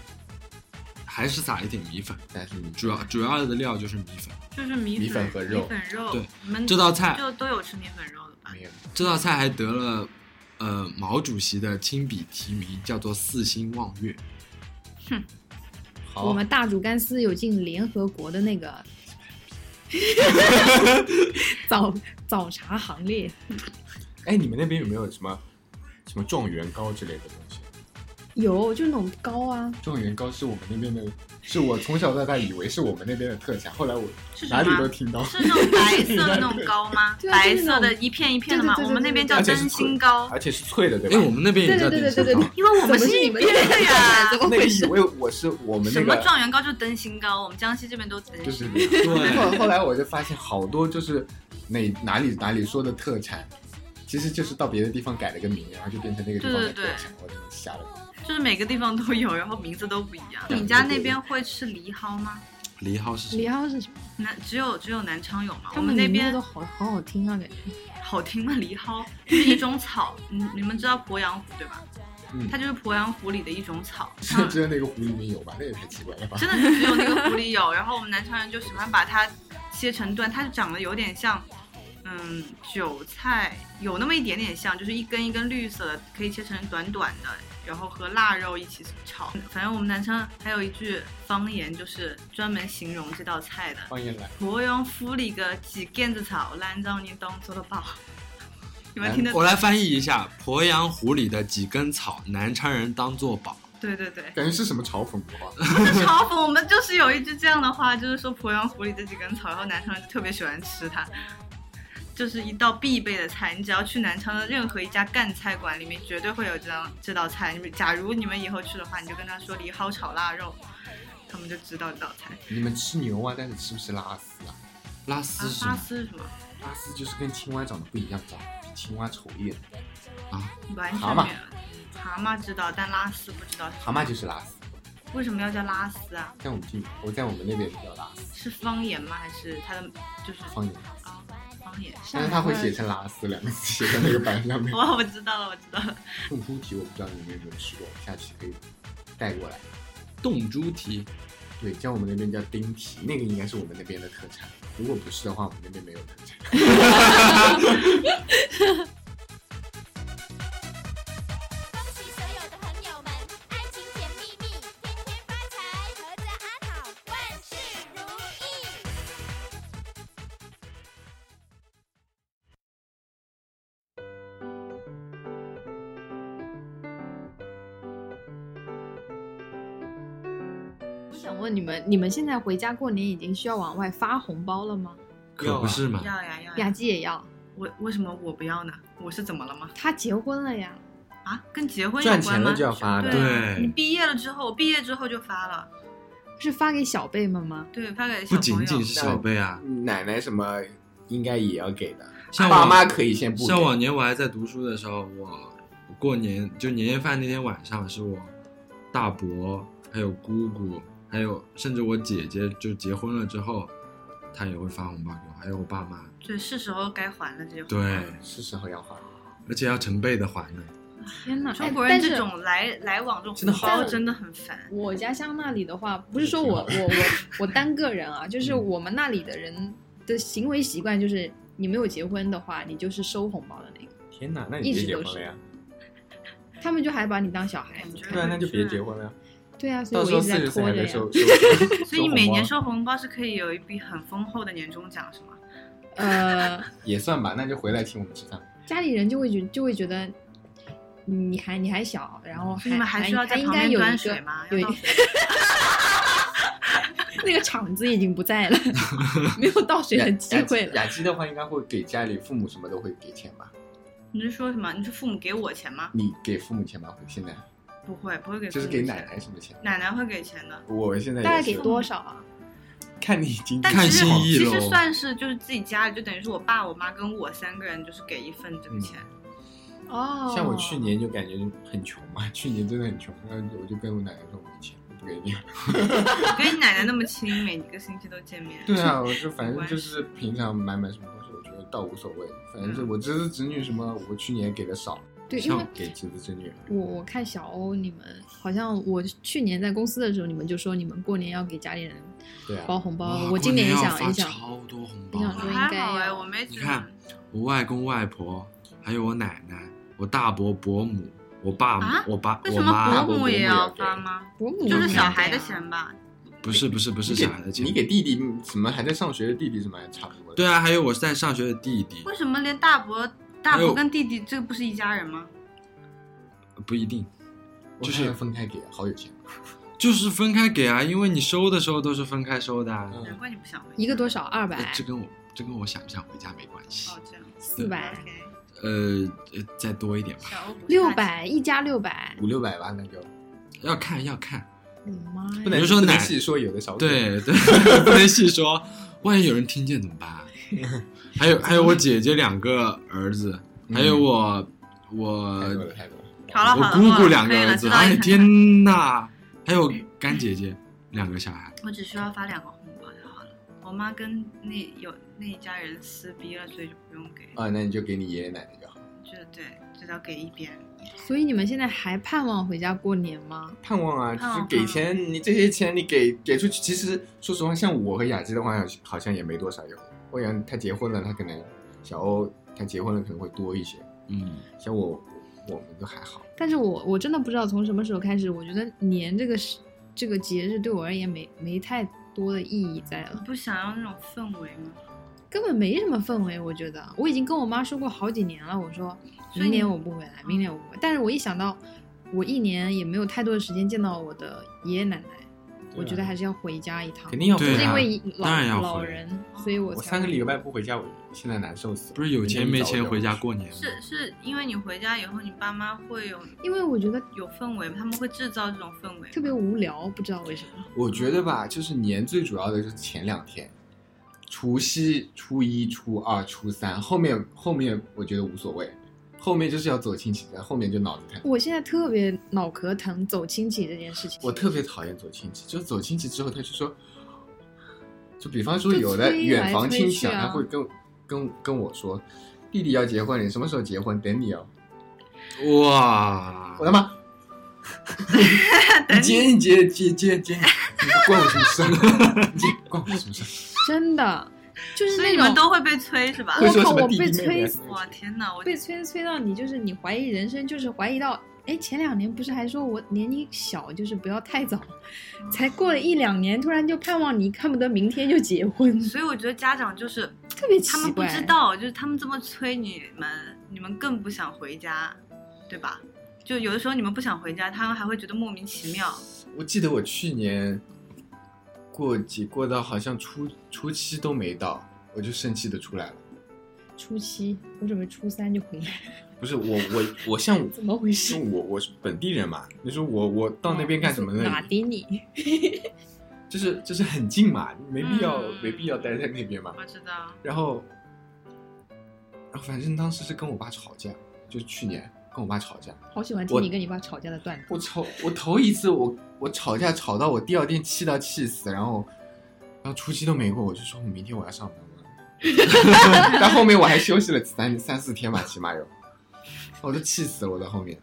[SPEAKER 3] 还是撒一点米粉，
[SPEAKER 1] 但是
[SPEAKER 3] 主要主要的料就是米粉。
[SPEAKER 2] 就是米
[SPEAKER 1] 米粉和肉
[SPEAKER 2] 米粉肉。
[SPEAKER 3] 对，
[SPEAKER 2] 你们
[SPEAKER 3] 这道菜
[SPEAKER 2] 就都有吃米粉肉的吧？
[SPEAKER 1] 没有
[SPEAKER 3] 这道菜还得了，呃，毛主席的亲笔提名，叫做“四星望月
[SPEAKER 1] 好
[SPEAKER 4] 我们大煮干丝有进联合国的那 个早早茶行列，
[SPEAKER 1] 哎，你们那边有没有什么什么状元糕之类的东西？
[SPEAKER 4] 有就是那种糕啊，
[SPEAKER 1] 状元糕是我们那边的，是我从小到大以为是我们那边的特产，后来我
[SPEAKER 2] 是什
[SPEAKER 1] 哪里都
[SPEAKER 2] 么？啊
[SPEAKER 1] 听到，
[SPEAKER 2] 是那种白色的那种糕吗
[SPEAKER 4] ？对啊
[SPEAKER 2] 白
[SPEAKER 4] 就是那
[SPEAKER 2] 色
[SPEAKER 4] 种
[SPEAKER 2] 的一片一片的吗？
[SPEAKER 4] 对对对对
[SPEAKER 2] 我们那边叫
[SPEAKER 1] 而且是
[SPEAKER 2] 灯芯
[SPEAKER 1] 脆
[SPEAKER 2] 糕，
[SPEAKER 1] 而且是脆的，”。对
[SPEAKER 3] 哎，我
[SPEAKER 1] 吧？
[SPEAKER 3] 们那边也叫
[SPEAKER 4] 对对
[SPEAKER 3] 电视
[SPEAKER 4] 对对
[SPEAKER 3] 糕
[SPEAKER 4] 对，
[SPEAKER 2] 因为我们
[SPEAKER 4] 怎么是
[SPEAKER 2] 一
[SPEAKER 4] 你们这
[SPEAKER 2] 边
[SPEAKER 4] 边
[SPEAKER 2] 的呀
[SPEAKER 4] 怎。么
[SPEAKER 1] 那个
[SPEAKER 4] 回
[SPEAKER 1] 以
[SPEAKER 4] 事？
[SPEAKER 1] 为我是我们
[SPEAKER 2] 哦什
[SPEAKER 1] 那
[SPEAKER 2] 么
[SPEAKER 1] 个，
[SPEAKER 2] 状元糕就灯芯糕，我们江西这边都灯
[SPEAKER 1] 就
[SPEAKER 2] 芯。
[SPEAKER 1] 是这样后
[SPEAKER 3] 对，
[SPEAKER 1] 后来我就发现好多就是哪哪里哪里说的特产，其实就是到别的地方改了个名，然后就变成那个地方的特产，我真的瞎了。
[SPEAKER 2] 就是每个地方都有，然后名字都不一样。你家那边会吃梨蒿吗？
[SPEAKER 3] 梨蒿是什
[SPEAKER 4] 李
[SPEAKER 3] 么？
[SPEAKER 4] 浩是什么？
[SPEAKER 2] 南只有只有南昌有吗？我
[SPEAKER 4] 他
[SPEAKER 2] 们
[SPEAKER 4] 们
[SPEAKER 2] 那
[SPEAKER 4] 名字
[SPEAKER 2] 边
[SPEAKER 4] 都好好好听啊，感觉。
[SPEAKER 2] 好听吗？梨蒿 是一种草，你你们知道鄱阳湖对吧？
[SPEAKER 1] 嗯
[SPEAKER 2] 它就是鄱阳湖里的一种草，
[SPEAKER 1] 是 只有那个湖里面有吧？那也太奇怪了吧？
[SPEAKER 2] 真的只有那个湖里有。然后我们南昌人就喜欢把它切成段，它长得有点像，嗯，韭菜有那么一点点像，就是一根一根绿色的，可以切成短短的，然后和腊肉一起炒。反正我们南昌还有一句方言，就是专门形容这道菜的
[SPEAKER 1] 方言来，
[SPEAKER 2] “鄱阳湖里个几杆子草，兰让你当做了宝”， 你们听得？
[SPEAKER 3] 我来翻译一下：鄱阳湖里的几根草，南昌人当做宝。
[SPEAKER 2] 对对对。
[SPEAKER 1] 感觉是什么嘲讽的话？
[SPEAKER 2] 是嘲讽，我们就是有一句这样的话，就是说鄱阳湖里这几根草，然后南昌人就特别喜欢吃它，就是一道必备的菜。你只要去南昌的任何一家赣菜馆里面，绝对会有这道这道菜。你们假如你们以后去的话，你就跟他说梨蒿炒腊肉，他们就知道这道菜。
[SPEAKER 1] 你们吃牛啊，但是吃不吃拉丝啊？
[SPEAKER 3] 拉丝是什
[SPEAKER 2] 啊拉
[SPEAKER 3] 么？
[SPEAKER 2] 丝是什么？
[SPEAKER 1] 拉丝就是跟青蛙长得不一样，长得比青蛙丑一点。
[SPEAKER 2] 完全
[SPEAKER 1] 蛤蟆
[SPEAKER 2] 没有。蛤蟆知道，但拉丝不知道。
[SPEAKER 1] 蛤蟆就是拉丝，
[SPEAKER 2] 为什么要叫拉丝啊？
[SPEAKER 1] 在我们地，我在我们那边叫拉丝，
[SPEAKER 2] 是方言吗？还是它的就是
[SPEAKER 1] 方言，
[SPEAKER 2] 啊方言？
[SPEAKER 1] 但是它会写成拉丝两个字写在那个板上面。
[SPEAKER 2] 我我知道了，我知道了。
[SPEAKER 1] 炖猪蹄我不知道你们有没有吃过，下期可以带过来。
[SPEAKER 3] 冻猪蹄，
[SPEAKER 1] 对，像我们那边叫丁蹄，那个应该是我们那边的特产。如果不是的话，我们那边没有特产。
[SPEAKER 5] 恭喜所有的朋友们，爱情甜蜜蜜，天天发财，阖家安好，万事如意。
[SPEAKER 4] 我想问你们，你们现在回家过年已经需要往外发红包了
[SPEAKER 2] 嗯
[SPEAKER 4] 吗？
[SPEAKER 3] 可不是嘛？
[SPEAKER 2] 要呀要
[SPEAKER 4] 雅姬也要，
[SPEAKER 2] 我为什么我不要呢？我是怎么了吗？
[SPEAKER 4] 她结婚了呀。
[SPEAKER 2] 啊，跟结婚有
[SPEAKER 1] 赚
[SPEAKER 2] 关
[SPEAKER 1] 钱
[SPEAKER 2] 吗
[SPEAKER 1] 了就要发的，
[SPEAKER 2] 对啊你毕业了之后，我毕业之后就发了，
[SPEAKER 4] 是发给小辈们吗？
[SPEAKER 2] 对，发给小朋
[SPEAKER 3] 不
[SPEAKER 2] 友。
[SPEAKER 3] 仅仅是小辈啊，
[SPEAKER 1] 奶奶什么应该也要给的，
[SPEAKER 3] 像
[SPEAKER 1] 爸
[SPEAKER 3] 我
[SPEAKER 1] 妈可以先不给
[SPEAKER 3] 像往年我还在读书的时候，我我过年就年夜饭那天晚上，是我大伯还有姑姑，还有甚至我姐姐就结婚了之后，她也会发红包给我，还有我爸妈。
[SPEAKER 2] 对，是时候该还了这些。
[SPEAKER 3] 对，
[SPEAKER 1] 是时候要花。
[SPEAKER 3] 而且要成倍的还的。
[SPEAKER 4] 天哪！
[SPEAKER 2] 中
[SPEAKER 4] 哎
[SPEAKER 2] 国人
[SPEAKER 4] 但
[SPEAKER 2] 这
[SPEAKER 4] 是
[SPEAKER 2] 种来来往这
[SPEAKER 1] 真的
[SPEAKER 2] 种
[SPEAKER 1] 好
[SPEAKER 2] 红包真的很烦。
[SPEAKER 4] 我家乡那里的话，不是说我我我我单个人啊，就是
[SPEAKER 1] 嗯
[SPEAKER 4] 我们那里的人的行为习惯，就是你没有结婚的话，你就是收红包的那个，
[SPEAKER 1] 天哪，那
[SPEAKER 4] 你别结婚了呀？他们就还把你当小孩子
[SPEAKER 2] 感觉
[SPEAKER 4] 看。
[SPEAKER 1] 对啊，那就别结婚了呀。
[SPEAKER 4] 对啊，所以
[SPEAKER 1] 到时
[SPEAKER 4] 我
[SPEAKER 1] 候
[SPEAKER 4] 一直
[SPEAKER 1] 四
[SPEAKER 4] 在
[SPEAKER 1] 十岁
[SPEAKER 4] 拖
[SPEAKER 1] 还
[SPEAKER 4] 着
[SPEAKER 1] 没
[SPEAKER 4] 呀。
[SPEAKER 1] 收收收红包，
[SPEAKER 2] 所以每年收红包是可以有一笔很丰厚的年终奖，是吗？
[SPEAKER 4] 呃，
[SPEAKER 1] 也算吧，那就回来请我们吃饭。
[SPEAKER 4] 家里人就会觉就会觉得你还你还小，然后还
[SPEAKER 2] 你们还需要在
[SPEAKER 4] 还应
[SPEAKER 2] 旁
[SPEAKER 4] 该
[SPEAKER 2] 边
[SPEAKER 4] 有
[SPEAKER 2] 端
[SPEAKER 4] 一
[SPEAKER 2] 水
[SPEAKER 4] 个
[SPEAKER 2] 吗？
[SPEAKER 4] 有
[SPEAKER 2] 要
[SPEAKER 4] 一
[SPEAKER 2] 倒
[SPEAKER 4] 个
[SPEAKER 2] 水
[SPEAKER 4] 那个场子已经不在了， 没有倒水的机会了。
[SPEAKER 1] 雅基的话，应该会给家里父母什么都会给钱吧？
[SPEAKER 2] 你是说什么？你是父母给我钱吗？
[SPEAKER 1] 你给父母钱吗？现在
[SPEAKER 2] 不会，不会给父
[SPEAKER 1] 就
[SPEAKER 2] 母
[SPEAKER 1] 是
[SPEAKER 2] 钱。
[SPEAKER 1] 给奶奶什么钱？
[SPEAKER 2] 奶奶会给钱的，
[SPEAKER 1] 我现在
[SPEAKER 4] 大概
[SPEAKER 1] 也
[SPEAKER 4] 给
[SPEAKER 1] 是
[SPEAKER 4] 多少啊？
[SPEAKER 1] 看你今
[SPEAKER 2] 但
[SPEAKER 1] 天
[SPEAKER 3] 看
[SPEAKER 2] 其实
[SPEAKER 3] 心意
[SPEAKER 2] 其
[SPEAKER 3] 喽
[SPEAKER 2] 实算是就是自己家里，就等于是我爸、我妈跟我三个人，就是给一份这
[SPEAKER 3] 嗯
[SPEAKER 2] 个钱。
[SPEAKER 4] 哦，
[SPEAKER 1] 像我去年就感觉很穷嘛，去年真的很穷，然后我就跟我奶奶说我没钱，我给你。
[SPEAKER 2] 跟你奶奶那么亲，每个星期都见面。
[SPEAKER 1] 对啊，我就反正就是平常买买什么东西，我觉得倒无所谓。反正就我侄子侄女什么，我去年给的少，
[SPEAKER 4] 对，嗯因
[SPEAKER 3] 像
[SPEAKER 4] 为
[SPEAKER 1] 给侄子侄女。
[SPEAKER 4] 我我看小欧你们好像我去年在公司的时候，你们就说你们过年要给家里人
[SPEAKER 1] 对啊，
[SPEAKER 4] 包红包，
[SPEAKER 3] 哇
[SPEAKER 4] 我今
[SPEAKER 3] 过年
[SPEAKER 4] 年
[SPEAKER 3] 要
[SPEAKER 4] 想
[SPEAKER 3] 发
[SPEAKER 4] 一想，
[SPEAKER 3] 超多红包
[SPEAKER 4] 你想
[SPEAKER 3] 啊，
[SPEAKER 4] 说应
[SPEAKER 2] 还
[SPEAKER 4] 该
[SPEAKER 2] 好哎，
[SPEAKER 4] 要
[SPEAKER 2] 我没觉
[SPEAKER 3] 你看
[SPEAKER 2] 得
[SPEAKER 3] 我外公外婆，还有我奶奶，我大伯伯母，我爸、
[SPEAKER 2] 啊
[SPEAKER 3] 我爸
[SPEAKER 2] 为
[SPEAKER 3] 我
[SPEAKER 2] 什么
[SPEAKER 3] 妈，
[SPEAKER 2] 伯母
[SPEAKER 1] 也
[SPEAKER 2] 也
[SPEAKER 1] 要
[SPEAKER 3] 啊
[SPEAKER 2] 要
[SPEAKER 1] 给
[SPEAKER 2] 发吗？
[SPEAKER 4] 伯母
[SPEAKER 2] 就是
[SPEAKER 4] 应该
[SPEAKER 2] 小孩
[SPEAKER 4] 给
[SPEAKER 2] 的
[SPEAKER 4] 啊
[SPEAKER 2] 钱吧。
[SPEAKER 3] 不是不是不是
[SPEAKER 1] 你给
[SPEAKER 3] 小孩的钱，
[SPEAKER 1] 你给弟弟什么还在上学的弟弟什么还差不多。
[SPEAKER 3] 对，啊，还有我在上学的弟弟，
[SPEAKER 2] 为什么连大伯、大
[SPEAKER 3] 还有
[SPEAKER 2] 伯跟弟弟这个不是一家人吗？
[SPEAKER 3] 不一定，就是
[SPEAKER 1] 分开给，好有钱。啊
[SPEAKER 3] 就是分开给啊，因为你收的时候都是分开收的、啊。
[SPEAKER 2] 难
[SPEAKER 1] 嗯，
[SPEAKER 2] 怪你不想回家。
[SPEAKER 4] 一个多少二百
[SPEAKER 3] 呃这跟我这跟我想不想回家没关系
[SPEAKER 2] 哦，，这样。
[SPEAKER 4] 四百
[SPEAKER 2] OK，
[SPEAKER 3] 呃，呃再多一点吧，
[SPEAKER 2] 小欧不是
[SPEAKER 4] 六
[SPEAKER 2] 大姐。
[SPEAKER 4] 百一家六百，
[SPEAKER 1] 五六百吧，那就
[SPEAKER 3] 要看要看，
[SPEAKER 4] 我的妈呀！
[SPEAKER 1] 不能
[SPEAKER 3] 你就说
[SPEAKER 1] 不能
[SPEAKER 3] 奶
[SPEAKER 1] 细说，有的少。
[SPEAKER 3] 对对， 不能细说，万一有人听见怎 么办？啊还有还有我姐姐两个儿子，
[SPEAKER 1] 嗯
[SPEAKER 3] 还有我
[SPEAKER 1] 太多
[SPEAKER 3] 我
[SPEAKER 1] 了太多了。
[SPEAKER 2] 好了
[SPEAKER 3] 我
[SPEAKER 2] 好了，
[SPEAKER 3] 姑
[SPEAKER 2] 够
[SPEAKER 3] 姑
[SPEAKER 2] 了
[SPEAKER 3] 两个
[SPEAKER 2] 可以嗯了
[SPEAKER 3] 儿子，
[SPEAKER 2] 知道
[SPEAKER 3] 哎
[SPEAKER 2] 一个
[SPEAKER 3] 天呐，还有干姐姐两个小孩，
[SPEAKER 2] 我只需要发两个红包就好了。我妈跟那有那一家人撕逼了，所以就不用给。
[SPEAKER 1] 啊，那你就给你爷爷奶奶就好。
[SPEAKER 2] 就对，至少给一边。
[SPEAKER 4] 所以你们现在还盼望回家过年吗？
[SPEAKER 1] 盼望啊，
[SPEAKER 2] 盼望
[SPEAKER 1] 就是给钱，你这些钱你给给出去，其实说实话，像我和雅芝的话，好像也没多少有。欧阳他结婚了，他可能小欧他结婚了可能会多一些，
[SPEAKER 3] 嗯，
[SPEAKER 1] 像我我们都还好。
[SPEAKER 4] 但是我我真的不知道从什么时候开始，我觉得年这个是这个节日对我而言没没太多的意义在
[SPEAKER 2] 你
[SPEAKER 4] 了，
[SPEAKER 2] 不想要那种氛围吗？
[SPEAKER 4] 根本没什么氛围。我觉得我已经跟我妈说过好几年了，我说
[SPEAKER 1] 嗯
[SPEAKER 2] 所以
[SPEAKER 4] 明
[SPEAKER 2] 你
[SPEAKER 4] 年我不回来，明年我不回来。但是我一想到我一年也没有太多的时间见到我的爷爷奶奶，我觉得还是要回家一趟。
[SPEAKER 1] 肯定要回
[SPEAKER 3] 对
[SPEAKER 4] 是因
[SPEAKER 3] 啊
[SPEAKER 1] 家。
[SPEAKER 4] 为老
[SPEAKER 3] 当然要
[SPEAKER 4] 老
[SPEAKER 3] 回
[SPEAKER 4] 人，所以我
[SPEAKER 1] 我
[SPEAKER 4] 才
[SPEAKER 1] 三个
[SPEAKER 4] 会
[SPEAKER 1] 礼拜不回家，我现在难受死了。
[SPEAKER 3] 不是有钱没钱回家过年吗？
[SPEAKER 2] 是是因为你回家以后，你爸妈会有
[SPEAKER 4] 因为我觉得
[SPEAKER 2] 有氛围，他们会制造这种氛围。
[SPEAKER 4] 特别无聊，不知道为什么。
[SPEAKER 1] 我觉得吧，就是年最主要的就是前两天，除夕、初一、初二、初三，后面后面我觉得无所谓，后面就是要走亲戚，后面就脑子疼。
[SPEAKER 4] 我现在特别脑壳疼，走亲戚这件事情。
[SPEAKER 1] 我特别讨厌走亲戚，就是走亲戚之后，他就说，就比方说
[SPEAKER 4] 就
[SPEAKER 1] 有的
[SPEAKER 4] 催
[SPEAKER 1] 远
[SPEAKER 4] 来
[SPEAKER 1] 房
[SPEAKER 4] 催
[SPEAKER 1] 亲
[SPEAKER 4] 去
[SPEAKER 1] 戚
[SPEAKER 4] 啊
[SPEAKER 1] 他会跟跟跟我说，弟弟要结婚，你什么时候结婚？等你哦。
[SPEAKER 3] 哇
[SPEAKER 1] 我，他 妈
[SPEAKER 2] 等，你
[SPEAKER 1] 接你接接接接，你关我什么事啊？ 你关我什么事啊？
[SPEAKER 4] 真的就是
[SPEAKER 2] 所以
[SPEAKER 4] 那
[SPEAKER 2] 你
[SPEAKER 4] 种
[SPEAKER 2] 们都会被催是吧？
[SPEAKER 1] 会说
[SPEAKER 4] 靠
[SPEAKER 1] 什么
[SPEAKER 4] 我
[SPEAKER 1] 弟弟妹妹
[SPEAKER 4] 被催
[SPEAKER 1] 啊
[SPEAKER 4] 死
[SPEAKER 1] 什么
[SPEAKER 2] 哇
[SPEAKER 1] 之类的
[SPEAKER 2] 天哪，我
[SPEAKER 4] 被催催到你，就是你怀疑人生，就是怀疑到，哎，前两年不是还说我年龄小，就是不要太早，才过了一两年，突然就盼望你恨不得明天就结婚，
[SPEAKER 2] 所以我觉得家长就是
[SPEAKER 4] 特别奇
[SPEAKER 2] 他们不
[SPEAKER 4] 怪。
[SPEAKER 2] 知道，就是他们这么催你们，你们更不想回家，对吧？就有的时候你们不想回家，他们还会觉得莫名其妙。
[SPEAKER 1] 我记得我去年过节过到好像初初七都没到，我就生气的出来了。
[SPEAKER 4] 初七，我准备初三就回来，
[SPEAKER 1] 不是我我我像
[SPEAKER 4] 怎么回事
[SPEAKER 1] 因为我我是本地人嘛，你说我我到那边干什么呢？
[SPEAKER 4] 哦哪敌你？
[SPEAKER 1] 就是就是很近嘛，没必要、
[SPEAKER 2] 嗯
[SPEAKER 1] 没必要待在那边嘛。
[SPEAKER 2] 我知道，
[SPEAKER 1] 然后，然后反正当时是跟我爸吵架，就是去年跟我爸吵架，
[SPEAKER 4] 好喜欢
[SPEAKER 1] 我
[SPEAKER 4] 听你跟你爸吵架的段子。
[SPEAKER 1] 我吵我头一次我我吵架吵到我第二天气到气死，然后然后初七都没过，我就说我明天我要上班了。 但后面我还休息了三三四天吧，起码有，我都气死了，我在后面。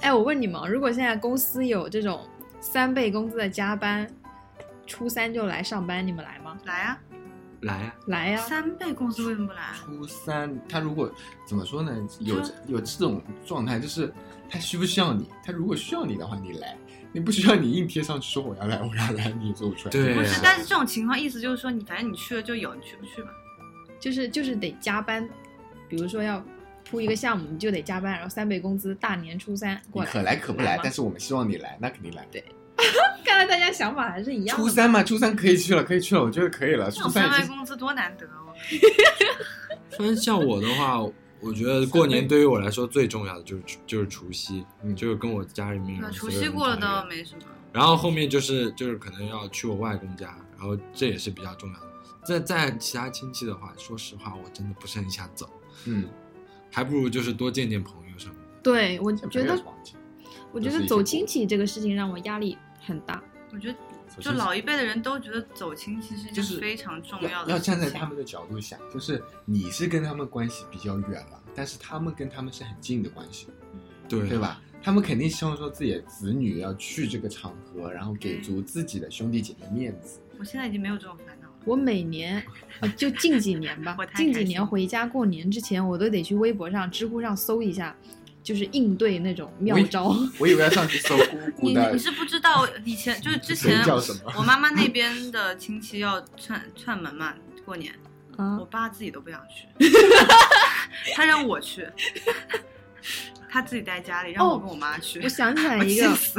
[SPEAKER 4] 哎，我问你们，如果现在公司有这种三倍工资的加班，初三就来上班，你们来吗？
[SPEAKER 2] 来啊，
[SPEAKER 3] 来呀、
[SPEAKER 4] 来啊呀、
[SPEAKER 2] 三倍工资为什么不来？啊
[SPEAKER 1] 初三，他如果怎么说呢？有这有这种状态，就是他需不需要你？他如果需要你的话，你来；你不需要，你硬贴上去说我要来，我要来，你也做不出来。
[SPEAKER 3] 对
[SPEAKER 2] 不
[SPEAKER 3] 对
[SPEAKER 2] 是
[SPEAKER 3] 啊，
[SPEAKER 2] 但是这种情况意思就是说，你反正你去了就有，你去不去吧？
[SPEAKER 4] 就是就是得加班，比如说要铺一个项目，你就得加班，然后三倍工资，大年初三
[SPEAKER 1] 你
[SPEAKER 4] 过来。
[SPEAKER 1] 可来可不来，
[SPEAKER 4] 吗
[SPEAKER 1] 但是我们希望你来，那肯定来。对，
[SPEAKER 4] 看来大家想法还是一样
[SPEAKER 1] 初
[SPEAKER 4] 的。
[SPEAKER 1] 三嘛，初三可以去了，可以去了，我觉得可以了。
[SPEAKER 2] 这
[SPEAKER 1] 初
[SPEAKER 2] 种三
[SPEAKER 1] 三已
[SPEAKER 2] 倍
[SPEAKER 1] 经
[SPEAKER 2] 工资多难得哦。
[SPEAKER 3] 反正像我的话，我觉得过年对于我来说最重要的就是就是除夕，
[SPEAKER 1] 嗯
[SPEAKER 3] 就是跟我家里面
[SPEAKER 2] 那
[SPEAKER 3] 人
[SPEAKER 2] 除
[SPEAKER 3] 所有
[SPEAKER 2] 夕
[SPEAKER 3] 人
[SPEAKER 2] 过了
[SPEAKER 3] 团圆
[SPEAKER 2] 倒没什么，
[SPEAKER 3] 然后后面就是就是可能要去我外公家，然后这也是比较重要的。在在其他亲戚的话，说实话，我真的不是很想走，
[SPEAKER 1] 嗯，
[SPEAKER 3] 还不如就是多见见朋友什么的。
[SPEAKER 4] 对，我
[SPEAKER 1] 像
[SPEAKER 4] 觉
[SPEAKER 1] 朋友
[SPEAKER 4] 得
[SPEAKER 1] 是忘记
[SPEAKER 4] 我觉得走亲戚这个事情让我压力很大。
[SPEAKER 2] 我觉得
[SPEAKER 1] 首
[SPEAKER 2] 就
[SPEAKER 1] 先
[SPEAKER 2] 老一辈的人都觉得走亲其实一
[SPEAKER 1] 就
[SPEAKER 2] 件
[SPEAKER 1] 是
[SPEAKER 2] 非常重
[SPEAKER 1] 要
[SPEAKER 2] 的
[SPEAKER 1] 要
[SPEAKER 2] 事情。
[SPEAKER 1] 站在他们的角度想，就是你是跟他们关系比较远了，但是他们跟他们是很近的关系，
[SPEAKER 3] 对啊
[SPEAKER 1] 对？吧？他们肯定希望说自己的子女要去这个场合，然后给足自己的兄弟姐妹面子。
[SPEAKER 2] 我现在已经没有这种烦恼了。
[SPEAKER 4] 我每年，呃，就近几年吧
[SPEAKER 2] 我，太
[SPEAKER 4] 近
[SPEAKER 2] 开
[SPEAKER 4] 几
[SPEAKER 2] 心
[SPEAKER 4] 年
[SPEAKER 2] 了
[SPEAKER 4] 回家过年之前，我都得去微博上、知乎上搜一下，就是应对那种妙
[SPEAKER 1] 我以
[SPEAKER 4] 招。
[SPEAKER 1] 我以为要上去搜姑姑
[SPEAKER 2] 你
[SPEAKER 1] 的
[SPEAKER 2] 你是不 知道，以前就是之
[SPEAKER 1] 谁
[SPEAKER 2] 前
[SPEAKER 1] 叫什么，
[SPEAKER 2] 我妈妈那边的亲戚要串串门嘛，过年，
[SPEAKER 4] 啊
[SPEAKER 1] 嗯
[SPEAKER 2] 我，爸自己都不想去， 他让我去， 他自己在家里
[SPEAKER 1] 哦
[SPEAKER 2] 让我跟我妈去，
[SPEAKER 4] 我想起来
[SPEAKER 1] 啊
[SPEAKER 2] 我
[SPEAKER 4] 一
[SPEAKER 2] 气
[SPEAKER 4] 个，
[SPEAKER 2] 死，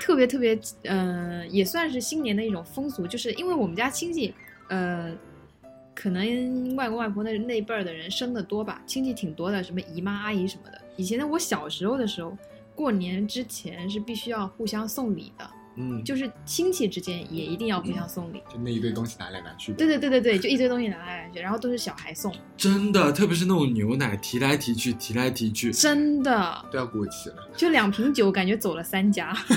[SPEAKER 4] 特别特别，嗯、也算是新年的一种风俗，就是因为我们家亲戚，呃，可能外公外婆那那一辈儿的人生的多吧，亲戚挺多的，什么姨妈阿姨什么的。以前在我小时候的时候，过年之前是必须要互相送礼的，
[SPEAKER 1] 嗯，就
[SPEAKER 4] 就是亲戚之间也一定要互相送礼。
[SPEAKER 1] 就那一堆东西拿来拿去的。
[SPEAKER 4] 对对对对对，就一堆东西拿来拿去，然后都是小孩送，
[SPEAKER 3] 真的，特别是那种牛奶，提来提去，提来提去，
[SPEAKER 4] 真的
[SPEAKER 1] 都要过期了，
[SPEAKER 4] 就两瓶酒，感觉走了三家。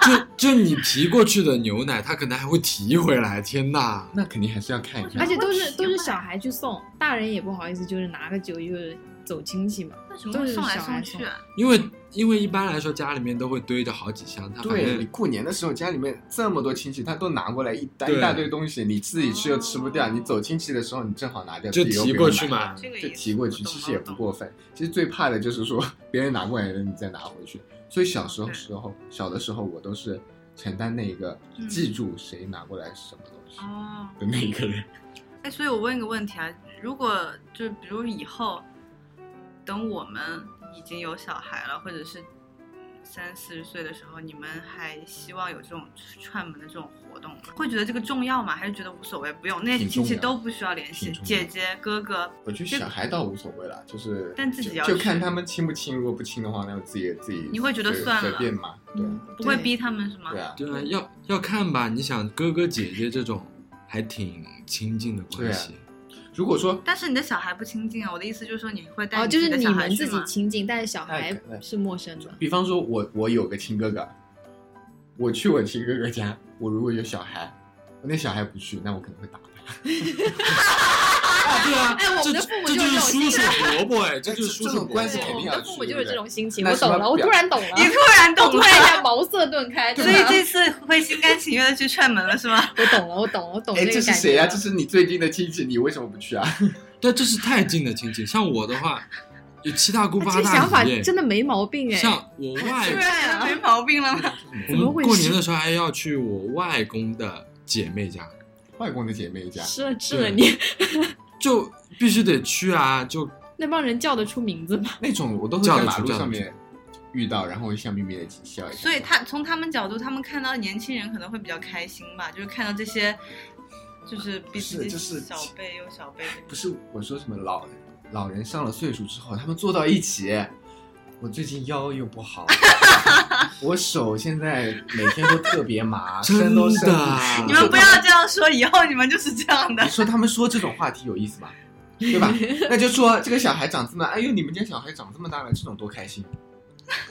[SPEAKER 3] 就就你提过去的牛奶，它可能还会提回来。天哪！
[SPEAKER 1] 那肯定还是要看一看。
[SPEAKER 4] 而且都
[SPEAKER 2] 会
[SPEAKER 4] 是
[SPEAKER 2] 奇
[SPEAKER 4] 都是
[SPEAKER 2] 怪
[SPEAKER 4] 小孩去送，大人也不好意思，就是拿个酒就是走亲戚嘛。
[SPEAKER 2] 为什么会送来送去啊？
[SPEAKER 3] 因为因为一般来说家里面都会堆着好几箱，
[SPEAKER 2] 啊
[SPEAKER 3] 它反
[SPEAKER 1] 对你
[SPEAKER 3] 正
[SPEAKER 1] 过年的时候，家里面这么多亲戚，他都拿过来一大
[SPEAKER 3] 对
[SPEAKER 1] 一大堆东西，你自己吃又吃不掉，
[SPEAKER 2] 哦
[SPEAKER 1] 你走亲戚的时候你正好拿掉，
[SPEAKER 3] 就
[SPEAKER 1] 自己又
[SPEAKER 3] 提
[SPEAKER 1] 不
[SPEAKER 3] 过
[SPEAKER 1] 用
[SPEAKER 3] 去
[SPEAKER 1] 买
[SPEAKER 3] 嘛。
[SPEAKER 2] 这个
[SPEAKER 1] 就
[SPEAKER 2] 也
[SPEAKER 1] 提过去，
[SPEAKER 2] 我懂
[SPEAKER 1] 其实也
[SPEAKER 2] 我
[SPEAKER 1] 不
[SPEAKER 2] 懂
[SPEAKER 1] 过分。其实最怕的就是说 别人拿过来的，你再拿回去。所以小时候
[SPEAKER 2] 对
[SPEAKER 1] 时候，小的时候我都是承担那个
[SPEAKER 2] 嗯
[SPEAKER 1] 记住谁拿过来是什么东西
[SPEAKER 2] 哦，
[SPEAKER 1] 的那一个 人。
[SPEAKER 2] 哎，所以我问一个问题啊，如果就比如以后，等我们已经有小孩了，或者是三四十岁的时候，你们还希望有这种串门的这种活动吗？会觉得这个重要吗？还是觉得无所谓，不用那些
[SPEAKER 1] 挺
[SPEAKER 2] 亲戚
[SPEAKER 1] 重要
[SPEAKER 2] 都不需要联系
[SPEAKER 1] 挺，重要
[SPEAKER 2] 姐姐哥哥，
[SPEAKER 1] 我觉得小孩倒无所谓了，就是
[SPEAKER 2] 但自己要
[SPEAKER 1] 就就
[SPEAKER 2] 去
[SPEAKER 1] 看他们亲不亲，如果不亲的话，那就自己自己
[SPEAKER 2] 你会觉得
[SPEAKER 1] 随
[SPEAKER 2] 算
[SPEAKER 1] 随
[SPEAKER 2] 了
[SPEAKER 1] 便嘛，对啊
[SPEAKER 4] 嗯
[SPEAKER 2] 不会
[SPEAKER 4] 对
[SPEAKER 2] 逼他们是吗？
[SPEAKER 1] 对啊。
[SPEAKER 3] 对啊，要要看吧。你想哥哥姐姐这种还挺亲近的关系，
[SPEAKER 1] 如果说
[SPEAKER 2] 但是你的小孩不亲近啊，我的意思就是说你会带
[SPEAKER 4] 哦，
[SPEAKER 2] 你
[SPEAKER 4] 就
[SPEAKER 2] 自己
[SPEAKER 4] 是
[SPEAKER 2] 的
[SPEAKER 4] 你
[SPEAKER 2] 小孩
[SPEAKER 4] 们
[SPEAKER 2] 去
[SPEAKER 4] 自己
[SPEAKER 2] 吗？
[SPEAKER 4] 亲近，但是小
[SPEAKER 1] 那
[SPEAKER 4] 孩
[SPEAKER 1] 可能
[SPEAKER 4] 是陌生的。
[SPEAKER 1] 比方说我我有个亲哥哥，我去我亲哥哥家，我如果有小孩，我那小孩不去，那我可能会
[SPEAKER 2] 哦
[SPEAKER 1] 打他。
[SPEAKER 3] 啊对啊，
[SPEAKER 4] 哎我
[SPEAKER 3] 这
[SPEAKER 4] 们的父母
[SPEAKER 3] 这
[SPEAKER 4] 就
[SPEAKER 3] 就是是
[SPEAKER 4] 这种
[SPEAKER 3] 叔
[SPEAKER 4] 性
[SPEAKER 3] 叔伯伯哎，这就是
[SPEAKER 1] 这
[SPEAKER 3] 叔
[SPEAKER 1] 这种
[SPEAKER 3] 叔伯伯
[SPEAKER 1] 关系
[SPEAKER 4] 对，
[SPEAKER 1] 肯定
[SPEAKER 4] 我
[SPEAKER 1] 要
[SPEAKER 4] 们的父母
[SPEAKER 1] 去
[SPEAKER 4] 就
[SPEAKER 1] 对
[SPEAKER 4] 是这种心情，
[SPEAKER 1] 那
[SPEAKER 4] 我
[SPEAKER 1] 什么
[SPEAKER 4] 懂了，我
[SPEAKER 1] 表
[SPEAKER 4] 突然懂了
[SPEAKER 2] 你，突然
[SPEAKER 4] 哦我
[SPEAKER 2] 懂
[SPEAKER 4] 突
[SPEAKER 2] 了，
[SPEAKER 4] 然一下茅塞 顿开，
[SPEAKER 2] 所
[SPEAKER 4] 真
[SPEAKER 2] 以
[SPEAKER 4] 的
[SPEAKER 1] 啊
[SPEAKER 2] 这次会心甘情愿的去串门了是吗？
[SPEAKER 4] 我懂了，我懂了，我懂
[SPEAKER 1] 哎，
[SPEAKER 4] 那
[SPEAKER 1] 这
[SPEAKER 4] 个
[SPEAKER 1] 是
[SPEAKER 4] 感
[SPEAKER 1] 谁
[SPEAKER 4] 觉
[SPEAKER 1] 呀、
[SPEAKER 4] 了
[SPEAKER 1] 这。是你最近的亲戚，你为什么不去啊？
[SPEAKER 3] 对，这是太近的亲戚。像我的话，有七大姑
[SPEAKER 4] 哎
[SPEAKER 3] 八
[SPEAKER 4] 这个想
[SPEAKER 3] 大
[SPEAKER 4] 法
[SPEAKER 3] 姨哎，
[SPEAKER 4] 真的没毛病哎，
[SPEAKER 3] 像我外
[SPEAKER 4] 对 啊
[SPEAKER 2] 没毛病了吗？
[SPEAKER 3] 我
[SPEAKER 4] 怎么
[SPEAKER 3] 们
[SPEAKER 4] 回
[SPEAKER 3] 过
[SPEAKER 4] 事
[SPEAKER 3] 年的时候还要去我外公的姐妹家，
[SPEAKER 1] 外公的姐妹家，
[SPEAKER 4] 吃了治了
[SPEAKER 3] 对
[SPEAKER 4] 啊你，
[SPEAKER 3] 就必须得去啊！就
[SPEAKER 4] 那帮人叫得出名字吗？
[SPEAKER 1] 那种我都会
[SPEAKER 3] 叫
[SPEAKER 1] 在
[SPEAKER 3] 得
[SPEAKER 1] 马
[SPEAKER 3] 出
[SPEAKER 1] 路
[SPEAKER 3] 叫得
[SPEAKER 1] 上
[SPEAKER 3] 出
[SPEAKER 1] 面遇到，然后我笑眯眯的笑一下。
[SPEAKER 2] 所以他从他们角度，他们看到年轻人可能会比较开心吧，就是看到这些，就是比自己
[SPEAKER 1] 不是就是
[SPEAKER 2] 小辈有小辈的。
[SPEAKER 1] 不是我说什么老人，老人上了岁数之后，他们坐到一起。我最近腰又不 好，我手现在每天都特别麻，伸都伸
[SPEAKER 3] 真的
[SPEAKER 1] 不出。
[SPEAKER 2] 你们不要这样说，以后你们就是这样的
[SPEAKER 1] 你。说他们说这种话题有意思吗？对吧？那就说这个小孩长这么，哎呦，你们家小孩长这么大了，这种多开心！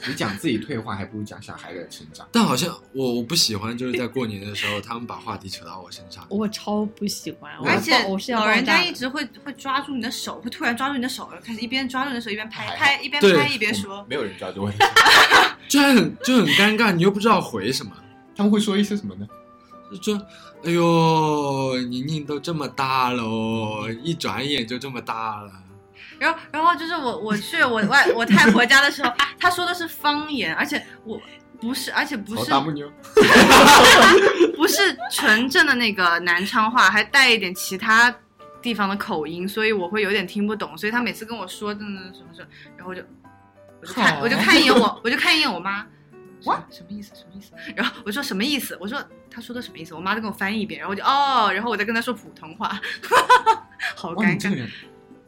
[SPEAKER 1] 你讲自己退化，还不如讲小孩的成长。
[SPEAKER 3] 但好像我我不喜欢，就是在过年的时候，他们把话题扯到我身上。
[SPEAKER 4] 我超不喜欢，我要
[SPEAKER 2] 而且
[SPEAKER 4] 爆我是要
[SPEAKER 2] 老
[SPEAKER 4] 爆
[SPEAKER 2] 人
[SPEAKER 4] 炸
[SPEAKER 2] 家
[SPEAKER 4] 的
[SPEAKER 2] 一直会会抓住你的手，会突然抓住你的手，开始一边抓住你的手一边
[SPEAKER 1] 还
[SPEAKER 2] 拍
[SPEAKER 1] 好
[SPEAKER 2] 拍，一边
[SPEAKER 3] 对
[SPEAKER 2] 拍一边说。
[SPEAKER 1] 嗯没有人抓住我的，
[SPEAKER 3] 就还很就很尴尬，你又不知道回什么，
[SPEAKER 1] 他们会说一些什么呢？
[SPEAKER 3] 就说哎呦，宁宁都这么大喽，一转眼就这么大了。
[SPEAKER 2] 然后然后就是我我去我外我太婆家的时候，她说的是方言，而且我不是，而且不
[SPEAKER 4] 哦
[SPEAKER 1] 好
[SPEAKER 2] 是
[SPEAKER 1] 大木妞，
[SPEAKER 2] 不是纯正的那个南昌话，还带一点其他地方的口音，所以我会有点听不懂。所以他每次跟我说真的什么什么，然后我就我就看
[SPEAKER 1] 好
[SPEAKER 2] 我就看一眼我我就看一眼我妈，我什哦么意思什么意思？然后我说什么意思？我说他说的什么意思？我妈再给我翻译一遍，然后我就哦，然后我再跟她说普通话， 好
[SPEAKER 1] 哇，
[SPEAKER 2] 尴
[SPEAKER 1] 你这个
[SPEAKER 2] 尬。
[SPEAKER 1] 人，